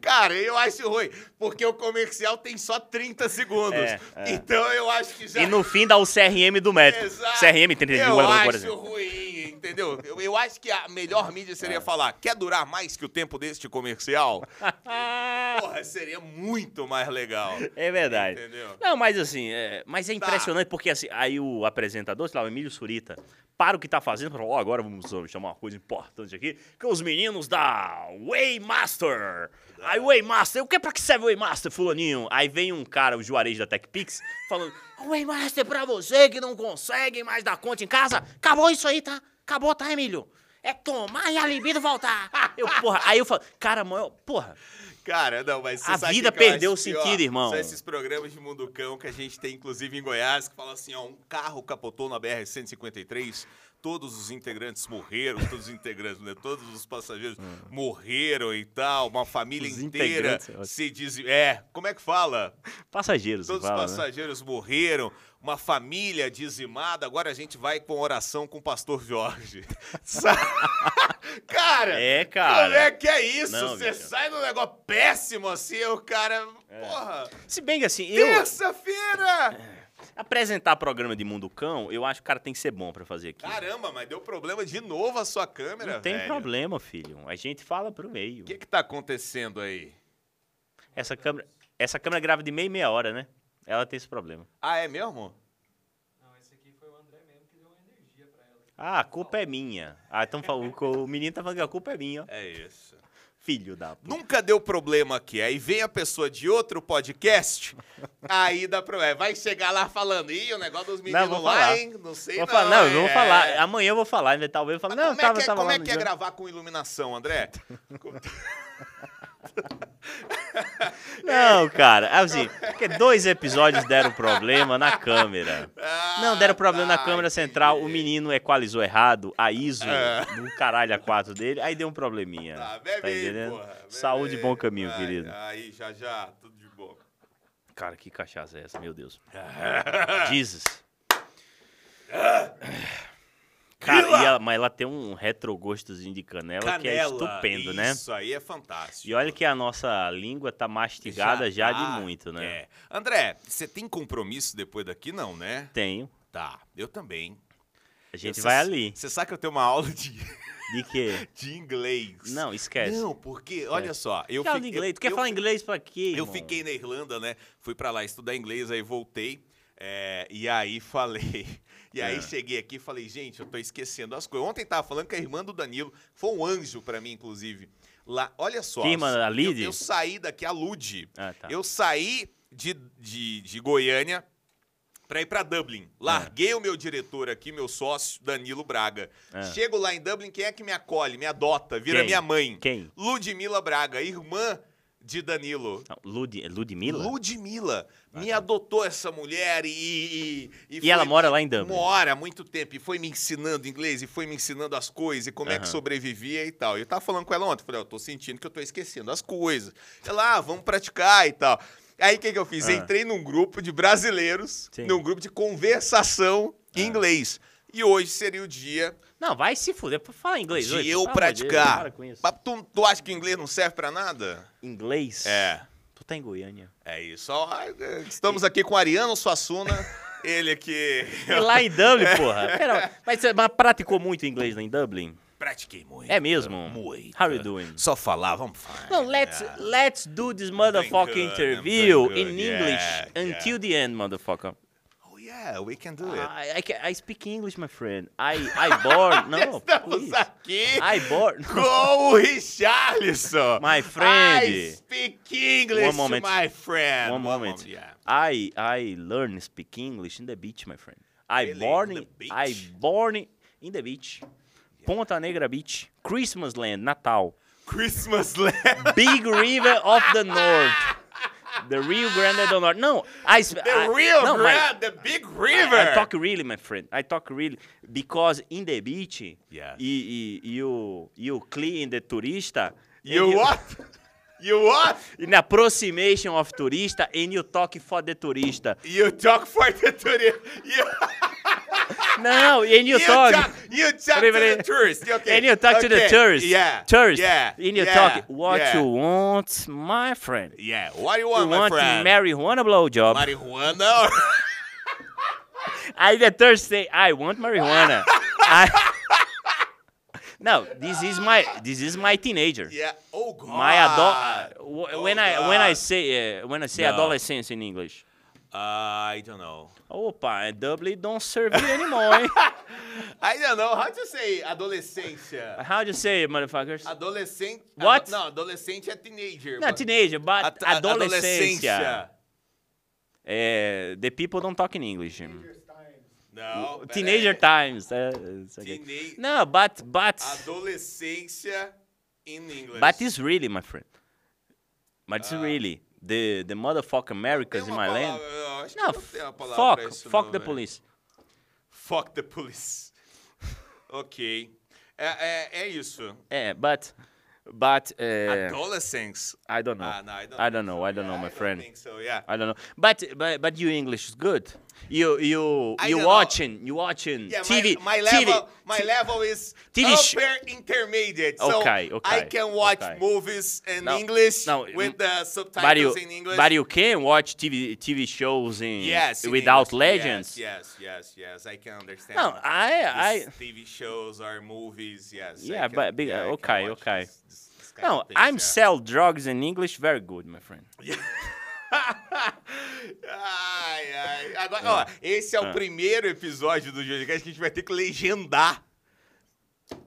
Cara, eu acho ruim, porque o comercial tem só 30 segundos.
É, é.
Então eu acho que já...
E no fim dá o CRM do médico.
Exato.
CRM 31
Eu
por
acho
exemplo.
ruim, entendeu? Eu, eu acho que a melhor mídia seria
É.
falar, quer durar mais que o tempo deste comercial? Porra, seria muito mais legal.
É verdade.
Entendeu? Tá.
Não, mas assim, é, mas é impressionante porque assim, aí o apresentador, sei lá, o Emílio Surita, para o que tá fazendo, falou, ó, agora vamos chamar uma coisa importante aqui, que os meninos da Waymaster. Aí Waymaster, o que é pra que serve Waymaster, fulaninho? Aí vem um cara, o Juarez da TechPix, falando, Waymaster é pra você que não consegue mais dar conta em casa, acabou isso aí, tá? Acabou, tá, Emílio? É tomar e a libido voltar. Eu, porra, aí eu falo, cara, mãe, eu- porra,
Cara, não, mas você
A
sabe
vida
que que eu
perdeu
acho
o
pior?
sentido, irmão.
São esses programas de munducão que a gente tem, inclusive, em Goiás, que fala assim, ó, um carro capotou na BR-153, todos os integrantes morreram, todos os integrantes, né, todos os passageiros morreram e tal, uma família
Hum. Os
inteira
integrantes, ó.
se diz... É, como é que fala?
passageiros,
Todos
fala,
os
né?
passageiros morreram, uma família dizimada. Agora a gente vai com oração com o pastor Jorge. Sa- cara,
É, cara.
como é que é isso?
Não,
Você
bicho.
sai num negócio péssimo assim, o cara. Porra!
Se bem que assim, eu É.
Terça-feira!
apresentar programa de Mundo Cão, eu acho que o cara tem que ser bom pra fazer aqui.
Caramba, mas deu problema de novo a sua câmera,
Não tem
velho.
problema, filho. A gente fala pro meio.
O que, que tá acontecendo aí?
Essa câmera, essa câmera grava de meia e meia hora, né? Ela tem esse problema.
Ah, é mesmo?
Não, esse aqui foi o André mesmo que deu uma energia pra ela.
Ah, a culpa é minha. Ah, então fa- o, o menino tá falando que a culpa é minha, ó.
É isso.
Filho da puta.
Nunca deu problema aqui. Aí vem a pessoa de outro podcast, aí dá problema. Vai chegar lá falando, ih, o negócio dos meninos
vou
lá,
falar.
hein? Não sei
Vou
não.
falar, não, eu vou
é.
falar. Amanhã eu vou falar, ainda talvez eu falo,
Mas
não,
como é
tava,
que é,
tava
como
lá
é,
no
que é
jogo.
gravar com iluminação, André?
Não, cara, assim, porque dois episódios deram problema na câmera.
Ah,
Não, deram problema na
tá,
câmera central, o menino equalizou errado, a ISO
É.
do caralho a 4 dele, aí deu um probleminha.
Tá, bebe aí,
entendendo?
porra. bebe
Saúde e
aí.
bom caminho,
Ai,
querido.
Aí, já, já, tudo de bom.
Cara, que cachaça é essa, meu Deus.
É.
Jesus. Cara, e ela- mas ela tem um retrogostozinho de canela, que é estupendo,
isso,
né?
Isso aí é fantástico.
E olha que a nossa língua tá mastigada já,
tá,
de muito, né?
é. André, você tem compromisso depois daqui, não, né?
Tenho.
Tá, eu também.
A gente
Cê-
vai ali.
Você sabe que eu tenho uma aula de,
De quê?
de inglês.
Não, esquece.
Não, porque, olha só, eu
Eu falo
fi-
inglês.
eu-
Tu quer
eu-
falar inglês pra quê?
Eu
irmão?
fiquei na Irlanda, né? Fui pra lá estudar inglês, aí voltei. é, e aí falei. E aí
É.
cheguei aqui e falei, gente, eu tô esquecendo as coisas. Ontem tava falando que a irmã do Danilo foi um anjo pra mim, inclusive. Lá, olha só.
Que irmã, a
eu-
Lide?
Eu, saí daqui, a Lude.
Ah, tá.
Eu saí de, de, de Goiânia pra ir pra Dublin. Larguei o meu diretor aqui, meu sócio, Danilo Braga.
É.
Chego lá em Dublin, quem é que me acolhe, me adota, vira
Quem?
minha mãe?
Quem?
Ludmila Braga, irmã de Danilo.
Não, Lud... Ludmilla? Ah, tá.
Ludmilla. Me adotou essa mulher e. E,
E ela mora lá em Dublin.
Mora há muito tempo. E foi me ensinando inglês, e foi me ensinando as coisas, e como é que
Aham.
sobrevivia e tal. E eu tava falando com ela ontem. Falei, ó, eu tô sentindo que eu tô esquecendo as coisas. Ela, ah, vamos praticar e tal. Aí o que, que eu fiz?
Ah.
Entrei num grupo de brasileiros,
Sim. Ah.
num grupo de conversação em inglês. E hoje seria o dia
Não, vai se fuder. Fala inglês
de
hoje.
eu
pelo amor de Deus,
praticar.
para com isso.
Mas tu, tu acha que inglês não serve pra nada?
Inglês?
É.
tá em Goiânia.
É isso. Ó, Estamos aqui com Ariano Suassuna, ele que.
E É lá em Dublin, porra. Pera, mas você mas praticou muito inglês lá em Dublin?
Pratiquei muito.
É mesmo?
Muito.
How you doing?
Só falar, vamos falar. É.
No, let's
Yeah.
let's do this motherfucking
I'm doing good,
interview
I'm doing
in
good,
English
yeah,
until the end, motherfucker.
Oh, yeah, we can do it.
I, I, ca- I speak English, my friend. I I born no.
Estamos
please.
aqui
I born.
com o Richarlison.
My friend.
I speak English,
One moment.
my friend.
One moment.
yeah.
I I learn speak English in the beach, my friend. I
Really?
born
In the
in-
beach?
I born in the beach. Ponta Negra Beach, Christmas Land, Natal,
Christmas Land.
Big River of the North, the Rio Grande do Norte. No, I sp-
The
I-
Rio
no, my-
Grande, the big river.
I, I talk really, my friend. I talk really because in the beach,
Yes.
you, you you clean the turista.
you
and
what? You what?
In approximation of turista, and you talk for the turista.
You talk for the tourist. You,
No, and you,
you
talk.
You talk
Peraí,
to
peraí.
the tourist. Okay.
And you talk to the
okay,
tourist.
Yeah.
Tourist.
Yeah.
And you
yeah,
talk what
yeah.
you want, my friend. You
Yeah. What do you want, my
want
friend?
marijuana blowjob.
Marijuana. or-
I the Thursday. I want marijuana. I... No, this is my this is my teenager.
yeah. Oh God.
My adult. w
Oh,
when I when I
God.
say uh, when I say
No.
adolescence in English.
Uh, I don't know.
Opa, Dublin don't serve you anymore. hein?
I don't know how to say adolescência.
How do you say it, motherfuckers?
Adolescente.
What?
Não, adolescente é teenager.
Not
but-
teenager, but
Ad-
adolescência. É, Uh, the people don't talk in English.
Não.
Teenager
peraí.
times. é, it's okay.
Teenage-
No, but but
Adolescência in English.
but it's really my friend. But
Ah.
it's really the the motherfucker Americans in my land.
não,
No,
tem uma
f-
palavra pra
fuck,
isso
fuck
não,
the
velho.
police.
Fuck the police. ok. É, é, é isso.
É, Eh, but but uh,
Adolescence.
I don't know.
Ah, no, I don't
I
think
don't know. I
so.
don't know,
Yeah,
my
I
friend.
Don't think so, yeah.
I don't know. But but but your English is good. You you
I
you
don't know.
watching you watching
Yeah,
TV
my, my
TV.
level my level is
TV sh-
upper intermediate. So
Okay,
I
okay,
can watch
okay.
movies in
No,
English
no,
with
mm,
the
But you,
subtitles in English.
but you can watch TV TV shows in
yes, in
without
English.
legends.
Yes, yes, yes, yes. I can understand.
No, I I
These TV shows or movies. Yes. I
Yeah,
can-
but big-
yeah, I can
okay,
watch
okay.
this- this- this kind
no
of things,
I'm
yeah.
sell drugs in English very good, my friend.
ai, ai. Agora, ó, esse é o primeiro episódio do Jogcast que a gente vai ter que legendar.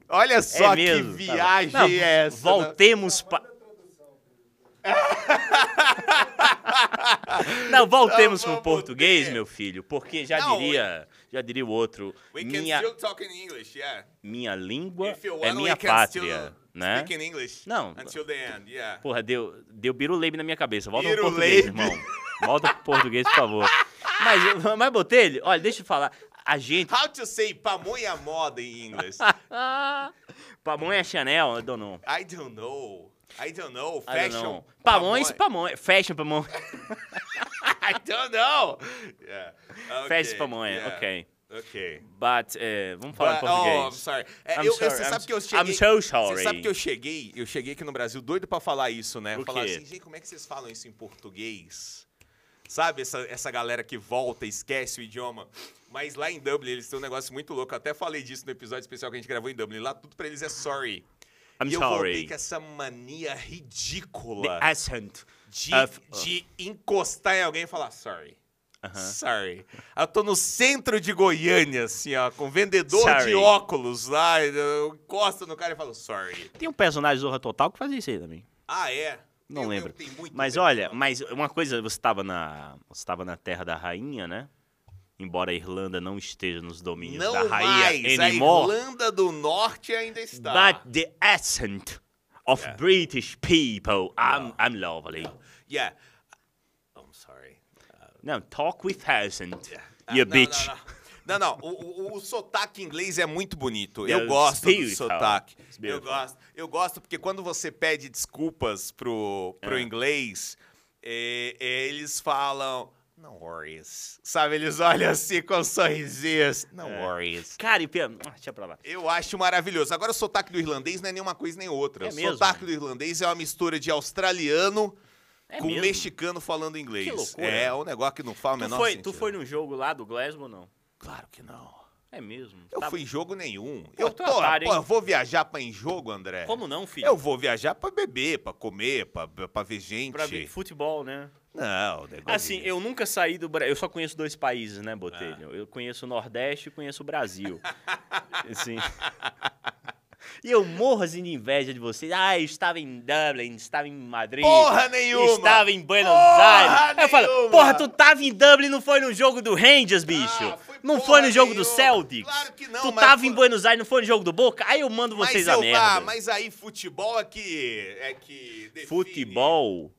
Olha só que
mesmo, tá bom.
viagem
Não,
é essa. né?
Voltemos para Não, voltemos
Não
pro
vamos
português,
ter.
meu filho, porque já
Não,
diria, já diria o outro,
We can
minha
still talk in English, yeah.
minha língua
If you
é
want,
minha
we can still
pátria, né?
Speak in English.
Não.
Until the end, yeah.
Porra, deu, deu biruleibe na minha cabeça. Volta pro português,
Biruleibe.
irmão. Volta pro português, por favor. Mas, mas Botelho, olha, deixa eu falar. A gente.
How to say pamonha moda in English?
Pamonha Chanel, eu don't know.
I don't know. I don't know.
I don't
Fashion.
know. Pamonhas,
pamonha-
pamonha. Fashion pamonha.
I don't know. Yeah. Okay.
Fashion pamonha,
yeah.
ok.
Okay.
But, é, vamos falar
But-
em
oh, I'm
português.
sorry. É, eu-
I'm
eu-
sorry,
Você
I'm
sabe que eu
so-
cheguei.
I'm so
Você
sorry.
sabe que eu cheguei? Eu cheguei aqui no Brasil doido pra falar isso, né?
O
falar
quê?
assim, gente, como é que vocês falam isso em português? Sabe, essa, essa galera que volta, esquece o idioma. Mas lá em Dublin eles têm um negócio muito louco. Eu até falei disso no episódio especial que a gente gravou em Dublin. Lá tudo pra eles é sorry.
I'm
e eu voltei
sorry.
com essa mania ridícula
The accent.
de,
of-
de encostar em alguém e falar sorry. Sorry. Eu tô no centro de Goiânia, assim, ó, com vendedor de
Sorry.
óculos lá. Eu encosto no cara e falo sorry.
Tem um personagem do Zorra Total que fazia isso aí também.
Ah, é?
Não
Eu- eu
lembro.
tenho muito
Mas
tempo,
olha,
mano.
mas uma coisa, você estava na, você tava na terra da rainha, né? Embora a Irlanda não esteja nos domínios
Não
da
mais.
rainha
A
anymore,
Irlanda do Norte ainda está.
but the accent of
Yeah.
British people, I'm, I'm lovely.
Yeah. I'm sorry.
Não, talk with accent,
Ah,
you
não,
bitch.
Não, não. Não, não, o, o- o sotaque inglês é muito bonito. Eu
Yeah, it's
gosto do
beautiful.
sotaque.
It's
Eu
beautiful.
gosto. Eu gosto porque quando você pede desculpas pro, pro inglês, é, é, eles falam, no worries. Sabe, eles olham assim com um sorrisinho, assim, no
É.
worries.
Cara, e pia- ah, deixa pra lá.
Eu acho maravilhoso. Agora, o sotaque do irlandês não é nenhuma coisa nem outra.
É
o
mesmo?
sotaque do irlandês é uma mistura de australiano
É
com um
mesmo?
mexicano falando inglês.
Que loucura.
É, é um negócio que não fala o
Tu
menor
foi,
sentido.
tu foi num jogo lá do Glasgow, não?
Claro que não.
É mesmo.
Eu
Tá-
fui em jogo nenhum. eu tô,
tu é otário,
pô,
hein?
eu vou viajar pra em jogo, André.
Como não, filho?
Eu vou viajar pra beber, pra comer, pra, pra ver gente.
Pra ver futebol, né?
Não, o negócio.
Assim, eu nunca saí do Brasil. Eu só conheço dois países, né, Botelho?
É.
Eu conheço o Nordeste e conheço o Brasil. assim. E eu morro assim de inveja de vocês. Ah, eu estava em Dublin, estava em Madrid.
Porra nenhuma!
Estava em Buenos
Porra
Aires. Eu falo,
nenhuma!
porra, tu tava em Dublin e não foi no jogo do Rangers, bicho.
Ah, foi
não
porra
foi no jogo do
nenhuma.
Celtics.
Claro que não,
Tu
mas
tava
foi-
em Buenos Aires e não foi no jogo do Boca? Aí eu mando
mas
vocês
eu,
a merda.
Ah, mas aí futebol é que. É que define.
Futebol,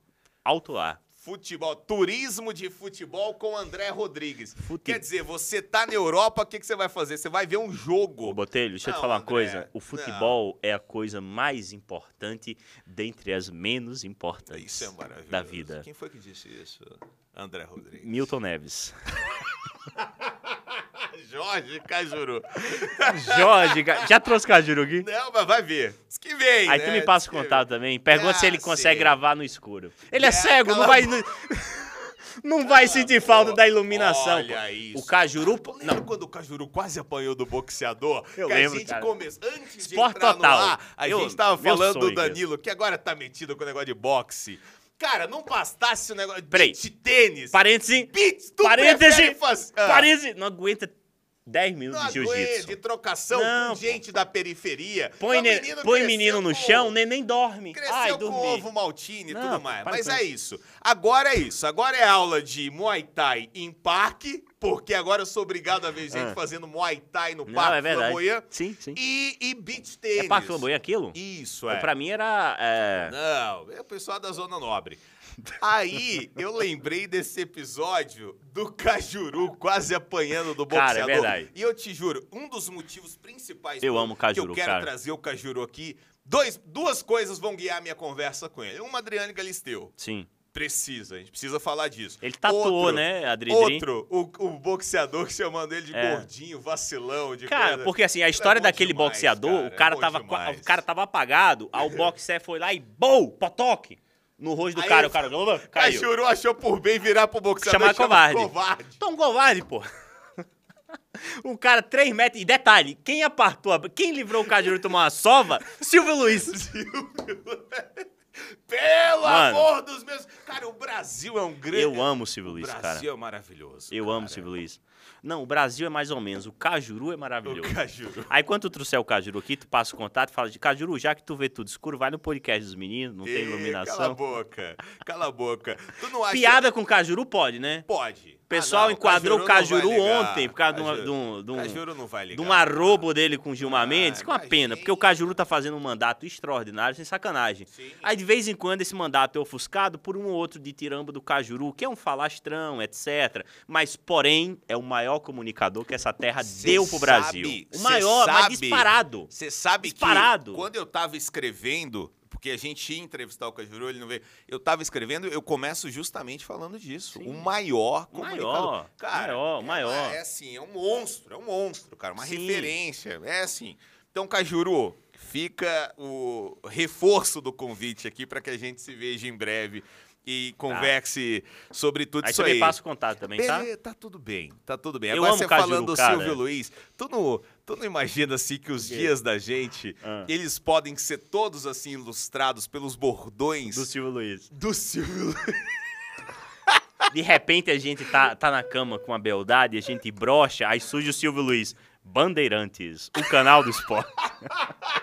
alto lá.
Futebol. Turismo de futebol com André Rodrigues.
Fute-
Quer dizer, você tá na Europa, o que, que você vai fazer? Você vai ver um jogo.
Ô, Botelho, deixa eu te
Não,
falar uma
André,
coisa.
não.
O futebol é a coisa mais importante dentre as menos importantes
Isso é maravilhoso.
da vida.
Quem foi que disse isso? André Rodrigues.
Milton Neves.
Jorge Cajuru.
Jorge, Ga- já trouxe o Cajuru aqui?
Não, mas vai ver. Diz que vem,
Aí
né?
tu me passa
Diz
o
que
contato também. Pergunta se ele
Ah,
consegue
sim.
gravar no escuro. Ele é,
É,
cego,
cala
não vai... Não vai
Ah,
sentir
pô,
falta da iluminação.
olha
pô.
isso.
O Cajuru...
Tu lembra
Não,
quando o Cajuru quase apanhou do boxeador?
Eu
que
lembro,
a gente
cara.
começou. Antes de
Esporte
entrar
total.
no ar, a
Eu-
gente tava
meu
falando do
sonho
Danilo, que agora tá metido com o negócio de boxe. Cara, não bastasse o negócio
Peraí.
de tênis.
parêntese...
Beats, tu
Parêntese...
prefere fazer... Ah,
Parêntese... Não aguenta 10
Não
minutos de
aguenta,
jiu-jitsu.
de trocação
Não,
com gente da periferia.
Põe,
O
ne- põe
cresceu
menino no
com-
chão, nem, nem dorme.
Cresceu
Ai,
com
dormi.
ovo maltine e
Não,
tudo
pô,
mais.
para
Mas
com
é isso. Agora é isso. Agora é aula de Muay Thai em parque, porque agora eu sou obrigado a ver gente
Ah.
fazendo Muay Thai no
Não,
parque
é verdade.
Flamboyant
Sim, sim.
e, e beach tênis.
É Parque Flamboyant aquilo?
Isso, é.
Pra mim era. é,
Não, é o pessoal da Zona Nobre. Aí eu lembrei desse episódio do Cajuru quase apanhando do
Cara, é
boxeador.
verdade.
E eu te juro, um dos motivos principais
Eu
pelo-
amo o Cajuru,
que eu quero
cara.
trazer o Cajuru aqui, dois, duas coisas vão guiar minha conversa com ele. Uma, Adriane Galisteu.
Sim.
Precisa, a gente precisa falar disso.
Ele tatuou,
Outro-
né, Adri?
Outro, o, o boxeador chamando ele de
É.
gordinho, vacilão, de
Cara,
coisa.
porque assim, a
é
história
bom
daquele
demais,
boxeador,
cara,
o, cara
é bom
tava, qua-
demais.
o cara tava apagado, aí o boxer foi lá e bou, potoque, no rosto do
Aí
cara,
ele-
o cara opa, caiu.
Cajuru achou por bem virar pro boxeador
Chamar
e chama
covarde.
covarde.
Tom Covarde, pô. O cara, 3 metros. E detalhe, quem apartou, a- quem livrou o Cajuru de tomar uma sova? Silvio Luiz.
Pelo
Mano.
amor dos meus. Cara, o Brasil é um grande.
Eu amo o Silvio
O
Luiz,
Brasil
cara.
é maravilhoso.
Eu amo o Silvio Luiz. Não, o Brasil é mais ou menos. O Cajuru é
O
maravilhoso.
Cajuru.
Aí quando tu trouxer o Cajuru aqui, tu passa o contato e fala de Cajuru, já que tu vê tudo escuro, vai no podcast dos meninos, não tem
Ih, Cala a
iluminação.
boca. Cala a boca. Tu não acha.
Piada com Cajuru pode, né?
Pode.
O pessoal
Ah, não,
enquadrou o Cajuru,
não vai ligar.
ontem por causa de uma- de
Cajuru-
um, de um,
Cajuru não vai ligar. Ah,
de um arrobo dele com Gilmar Mendes, que é uma
imagina.
pena, porque o Cajuru tá fazendo um mandato extraordinário, sem sacanagem.
Sim.
Aí de vez em quando esse mandato é ofuscado por um ou outro de tirambo do Cajuru, que é um falastrão, etc. Mas, porém, é o maior comunicador que essa terra
Cê
deu pro Brasil.
sabe-
o
cê
maior, mas
sabe-
disparado.
Você sabe
Disparado.
que quando eu tava escrevendo, porque a gente ia entrevistar o Cajuru, ele não veio. Eu tava escrevendo, eu começo justamente falando disso.
Sim.
O maior
O
comunicador.
maior,
cara,
maior, maior.
É assim, é um monstro, é um monstro, cara, uma
Sim.
referência, é assim. Então, Cajuru, fica o reforço do convite aqui para que a gente se veja em breve e converse sobre tudo
Tá. Aí
isso
você me
aí.
passa o contato também, tá?
Beleza, tá tudo bem, tá tudo bem.
Eu
Agora
amo
você
o Cajuru,
falando do
cara.
Silvio Luiz, tu não, tu não imagina assim que os
quê?
dias da gente,
Ah.
eles podem ser todos assim ilustrados pelos bordões
Do Silvio Luiz.
do Silvio Luiz.
De repente a gente tá, tá na cama com a beldade, a gente brocha, aí surge o Silvio Luiz. Bandeirantes, o canal do esporte.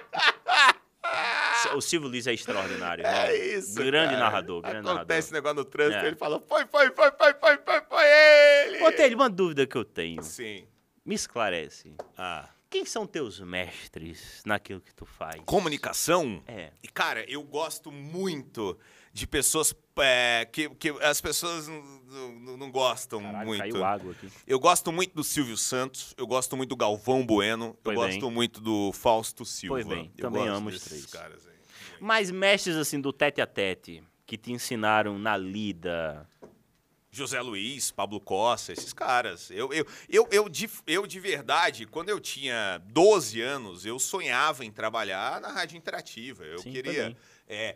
o Silvio Luiz é extraordinário. né?
É isso.
Grande
cara.
narrador, grande
Acontece esse negócio no trânsito,
É.
ele fala: foi, foi, foi, foi, foi, foi, foi ele!
narrador. Botelho, uma dúvida que eu tenho.
Sim.
Me esclarece.
Ah.
Quem são teus mestres naquilo que tu faz?
Comunicação?
É.
E, cara, eu gosto muito de pessoas é, que, que as pessoas n- n- não gostam
Caralho,
muito.
caiu água aqui.
Eu gosto muito do Silvio Santos, eu gosto muito do Galvão Bueno,
Pois
eu
bem.
gosto muito do Fausto Silva.
Pois bem,
eu
também
gosto
amo os
desses
três.
caras aí.
Mas mestres assim do tete a tete, que te ensinaram na lida.
José Luiz, Pablo Costa, esses caras. Eu, eu, eu, eu, de, eu, de verdade, quando eu tinha 12 anos, eu sonhava em trabalhar na rádio interativa. Eu
Sim,
queria
também.
É,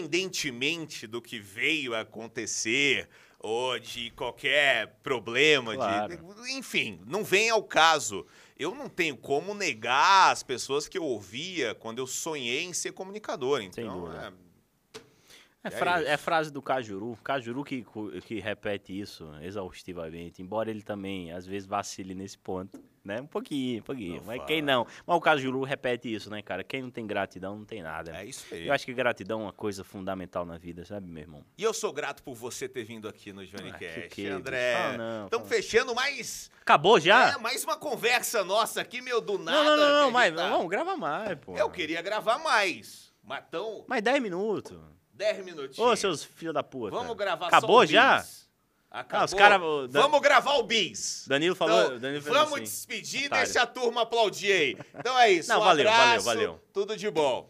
independentemente do que veio a acontecer ou de qualquer problema, de-
Claro.
enfim, não vem ao caso. Eu não tenho como negar as pessoas que eu ouvia quando eu sonhei em ser comunicador. Então,
Sem dúvida.
é,
É,
É
fra-
isso.
é frase do Cajuru. Cajuru que, cu- que repete isso exaustivamente. Embora ele também, às vezes, vacile nesse ponto. Né? Um pouquinho, um pouquinho.
Não
mas
fala.
quem não? Mas o Cajuru repete isso, né, cara? Quem não tem gratidão não tem nada.
é isso aí.
Eu acho que gratidão é uma coisa fundamental na vida, sabe, meu irmão?
E eu sou grato por você ter vindo aqui no Johnny
Ah, que
Cash,
querido.
André.
Ah, não,
Estamos
fala.
fechando mais,
Acabou já?
é, mais uma conversa nossa aqui, meu, do nada.
não, não, não,
que a
não,
gente
mas
tá-
vamos, grava mais, pô.
Eu queria gravar mais, mas tão
Mais 10 minutos.
10 minutinhos.
Ô, seus filhos da puta.
Vamos gravar
Acabou
só um o
já?
bis. Acabou.
Ah, os cara- o Dan-
Vamos gravar o bis.
Danilo
Então,
falou. Danilo falou
vamos
assim.
despedir e
otário.
deixa a turma aplaudir aí. Então é isso.
Não,
um
valeu, valeu,
abraço,
valeu.
Tudo de bom.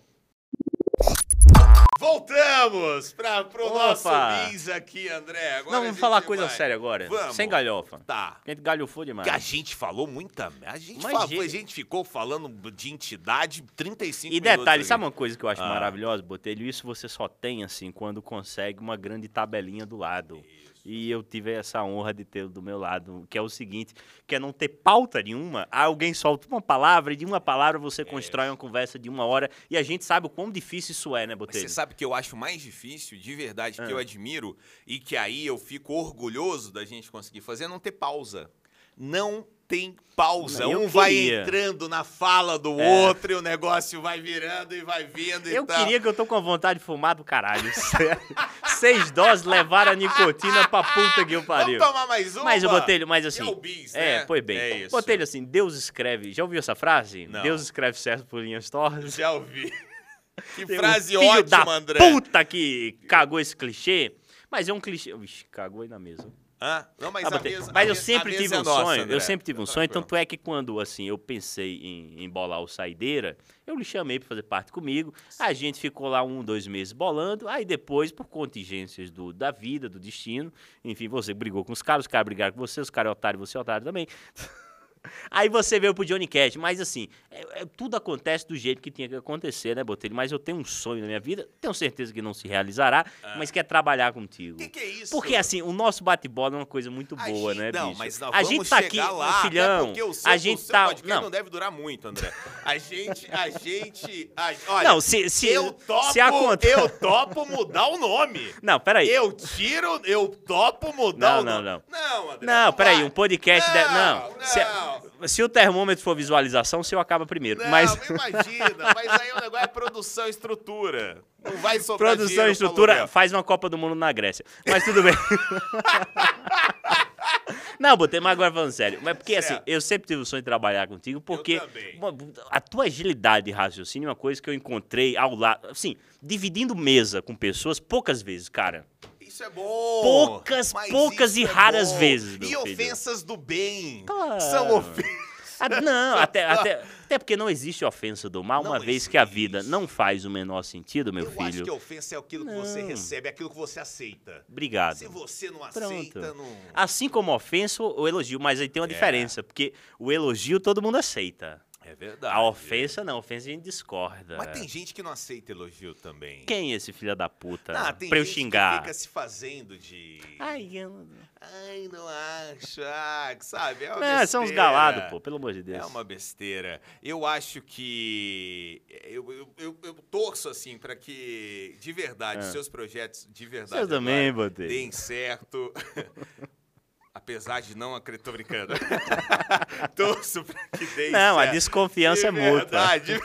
Voltamos para pro
Opa.
nosso bis aqui, André. Agora
Não,
a
vamos
gente
falar coisa
vai.
séria agora.
Vamos.
Sem galhofa.
Tá.
Porque a gente galhofou demais.
Que a gente falou muita merda. A gente,
Imagina.
falou- a gente ficou falando de entidade 35
E
minutos.
detalhe,
aqui.
sabe uma coisa que eu acho
Ah.
maravilhosa, Botelho? Isso você só tem, assim, quando consegue uma grande tabelinha do lado. E eu tive essa honra de tê-lo do meu lado, que é o seguinte, que é não ter pauta nenhuma, alguém solta uma palavra e de uma palavra você constrói uma conversa de uma hora e a gente sabe o quão difícil isso é, né,
Mas Você
Botelho?
sabe que eu acho mais difícil, de verdade,
Ah.
que eu admiro e que aí eu fico orgulhoso da gente conseguir fazer, é não ter pausa. Não tem pausa.
Eu
um vai
queria.
entrando na fala do
É.
outro e o negócio vai virando e vai vindo e
Eu
tal.
queria que eu tô com a vontade de fumar do caralho. Seis doses levaram a nicotina pra puta que eu pariu.
Vamos tomar mais uma?
Mas o Botelho, mas assim.
é o bis,
é,
né?
pois bem.
É isso.
Botelho, assim, Deus escreve. Já ouviu essa frase?
Não.
Deus escreve certo por linhas tortas.
Já ouvi. Que
assim. Tem um
frase
filho
ótima,
da
André.
Puta que cagou esse clichê. Mas é um clichê. Vixe, cagou aí na mesa.
Hã? Não, mas,
Ah,
a
Botelho,
mesa-
mas
a
eu
mesa-
sempre
a
tive
mesa
um
é nossa,
sonho.
André.
Eu sempre tive um
Tá
sonho.
tranquilo.
Tanto é que quando assim eu pensei em, em bolar o saideira, eu lhe chamei pra fazer parte comigo. A gente ficou lá um, dois meses bolando. Aí depois, por contingências do, da vida, do destino, enfim, você brigou com os caras, os caras brigaram com você, os caras é otário, você é otário também. Aí você veio pro Johnny Cash, mas assim, é- é- tudo acontece do jeito que tinha que acontecer, né, Botelho? Mas eu tenho um sonho na minha vida, tenho certeza que não se realizará,
Ah.
mas quer trabalhar contigo.
Que que é isso?
Porque assim, o nosso bate-bola é uma coisa muito
A
boa,
gente-
né,
não,
bicho?
mas nós
a
vamos
gente tá
chegar
aqui,
lá, até
filhão.
porque o seu,
a
o
gente
seu
tá,
podcast não.
não,
deve durar muito, André. A gente, a gente, a- olha,
não, se se
eu topo,
se aconte-
eu topo mudar o nome.
Não, peraí.
Eu tiro, eu topo mudar
Não, não,
o nome. Não, André.
Não, peraí,
vai.
um podcast
Não,
de- não.
não.
Se, se o termômetro for visualização, o seu acaba primeiro.
Não,
mas
imagina, mas aí o negócio é produção e estrutura. Não vai sobrar
Produção e
dinheiro pra
estrutura
aluguel.
faz uma Copa do Mundo na Grécia. Mas tudo bem. Não, Botei, mas agora falando sério. Mas porque assim,
Certo.
eu sempre tive o sonho de trabalhar contigo, porque
também.
uma- a tua agilidade de raciocínio é uma coisa que eu encontrei ao lado. Assim, dividindo mesa com pessoas poucas vezes, cara.
Isso é bom.
Poucas,
mas
poucas
isso
e
é
raras
bom.
vezes, meu
E
filho.
ofensas do bem.
Claro.
São ofensas.
Ah, não, até, até, até porque não existe ofensa do mal,
Não
uma vez que a
existe.
vida não faz o menor sentido, meu
Eu
filho.
acho que ofensa é aquilo que você
Não.
recebe, é aquilo que você aceita.
Obrigado.
Se você não
Pronto.
aceita, não.
Assim como ofensa, o elogio, mas aí tem uma diferença, porque o elogio todo mundo aceita.
É verdade.
A ofensa não, a ofensa a gente discorda.
Mas tem gente que não aceita elogio também.
Quem é esse filho da puta?
Ah, tem
pra eu
gente
xingar.
que fica se fazendo de.
Ai, eu...
Ai, não acho. Ah, que sabe? É uma
Não, são uns
besteira.
galados, pô, pelo amor de Deus.
É uma besteira. Eu acho que. Eu, eu, eu- eu torço, assim, pra que, de verdade,
Ah.
seus projetos, de verdade.
Você também,
agora,
Botei.
Deem certo. Apesar de não acreditar, tô brincando. Torço pra que deem certo.
Não, a desconfiança é
De
mútua.
verdade, de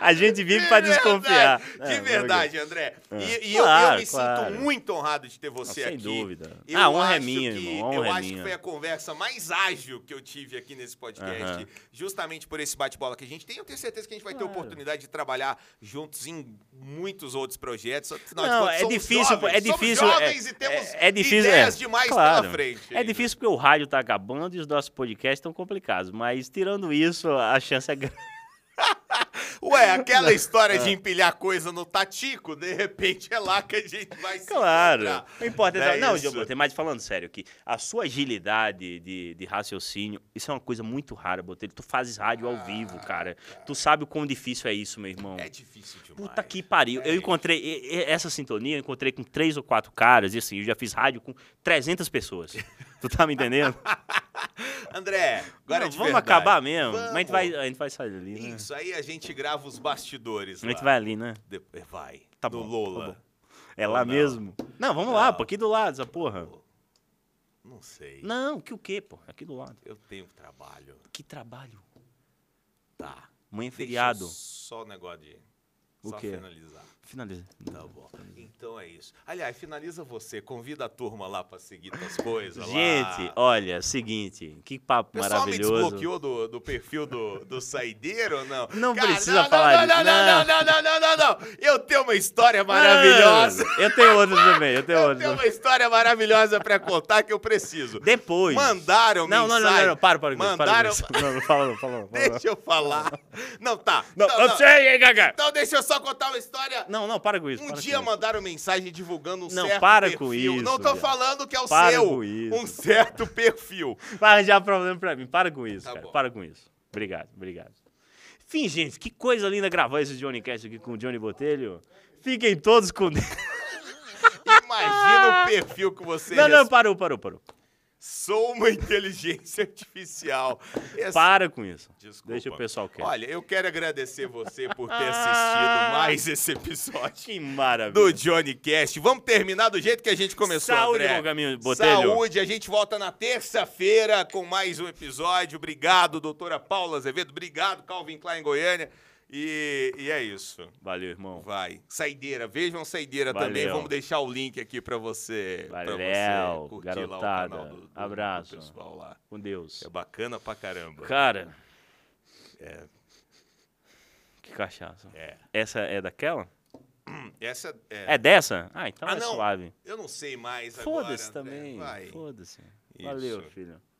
A gente vive pra
verdade,
desconfiar.
De
É,
verdade, André. E, e eu- eu,
Claro,
me
claro.
sinto muito honrado de ter você
sem
aqui.
dúvida.
Eu
ah, honra é
acho
minha,
que-
irmão. Honra
Eu
é
acho que
minha.
foi a conversa mais ágil que eu tive aqui nesse podcast,
Aham.
justamente por esse bate-bola que a gente tem. Eu tenho certeza que a gente vai ter
Claro.
oportunidade de trabalhar juntos em muitos outros projetos. Afinal de
Não,
contas,
é
somos
difícil, pô,
jovens,
é difícil.
Somos
é-
jovens e temos
é, é difícil,
ideias
é,
demais
claro.
pela frente.
É difícil porque o rádio tá acabando e os nossos podcasts estão complicados, mas tirando isso, a chance é grande.
ainda. Ué, aquela história
É.
de empilhar coisa no tatico, de repente é lá que a gente vai se
Claro.
encontrar.
Não importa.
Não é
Não,
isso?
Diogo, tem mais falando sério aqui. A sua agilidade de, de raciocínio, isso é uma coisa muito rara, Botelho. Tu fazes rádio ao vivo, cara. Tu sabe o quão difícil é isso, meu irmão.
Ah, É difícil demais. é
Puta que pariu. eu encontrei e- e- essa sintonia, eu encontrei com três ou quatro caras, e assim, eu já fiz rádio com 300 pessoas. tu tá me entendendo?
André, agora
Não,
é de
vamos
verdade.
acabar mesmo.
Vamos.
Mas a gente, vai, a gente vai sair ali, né?
Isso, aí a gente grava os bastidores
A gente
lá.
vai ali, né?
Depois eh, vai.
Tá
no
bom, tá
Lola.
bom. É lá
não?
mesmo. Não, vamos lá,
Não.
pô. Aqui do lado, essa porra.
Não sei.
Não, que o quê, pô? Aqui do lado.
Eu tenho trabalho.
Que trabalho.
Tá.
Amanhã é
Deixa eu
feriado.
Só o negócio de.
O
só
quê?
finalizar.
Finaliza.
Tá bom. Então é isso. Aliás, finaliza você. Convida a turma lá pra seguir tuas coisas. lá.
Gente, olha, é seguinte, que papo
O pessoal me
maravilhoso.
desbloqueou do, do perfil do, do Saideiro ou não?
Não precisa falar
não, não,
disso,
Não, não, não, não, não, não, não. Eu tenho uma história maravilhosa.
Mano, eu tenho outro também, eu tenho
Eu
outro.
tenho uma história maravilhosa pra contar que eu preciso.
Depois.
Mandaram
não, não, não,
mensagem.
não, não, para, para com isso, para
Mandaram-
com isso. Não, não, fala, não, fala, não. fala, não.
Deixa eu falar. Não, tá.
Não,
Então,
eu sei, hein, Gaga?
Então deixa eu só contar uma história.
Não, não, para com isso.
Um
para
dia
com isso.
mandaram mensagem divulgando um
Não,
certo
para
perfil.
com isso,
Não tô
viado.
falando que é o
Para
seu.
com isso.
Um certo perfil.
Vai arranjar problema pra mim, para com isso,
Tá
cara,
bom.
para com isso. Obrigado, obrigado. Enfim, gente, que coisa linda gravar esse Johnny Cast aqui com o Johnny Botelho. Fiquem todos com Deus.
Imagina o perfil que você
Não, não,
recebe.
parou, parou, parou.
Sou uma inteligência artificial. Esse-
Para com isso.
Desculpa.
Deixa o pessoal quieto.
Olha, eu quero agradecer você por ter assistido mais esse episódio
Que maravilha.
do Johnny Cast. Vamos terminar do jeito que a gente começou,
Saúde,
André.
meu caminho, Botelho.
Saúde. A gente volta na terça-feira com mais um episódio. Obrigado, doutora Paula Azevedo. Obrigado, Calvin Klein Goiânia. E, e é isso.
Valeu, irmão.
Vai. Saideira. Vejam Saideira também.
Valeu.
Vamos deixar o link aqui pra você. pra você
Valeu,
curtir
garotada.
Lá o canal do, do- do
Abraço.
pessoal lá.
Com Deus.
É bacana pra caramba.
Cara.
É.
Que cachaça.
É.
Essa é daquela?
Essa é.
É dessa? Ah, então
Ah,
é
não.
suave.
Eu não sei mais agora.
Foda-se
André.
também.
Vai.
Foda-se.
Isso.
Valeu, filho.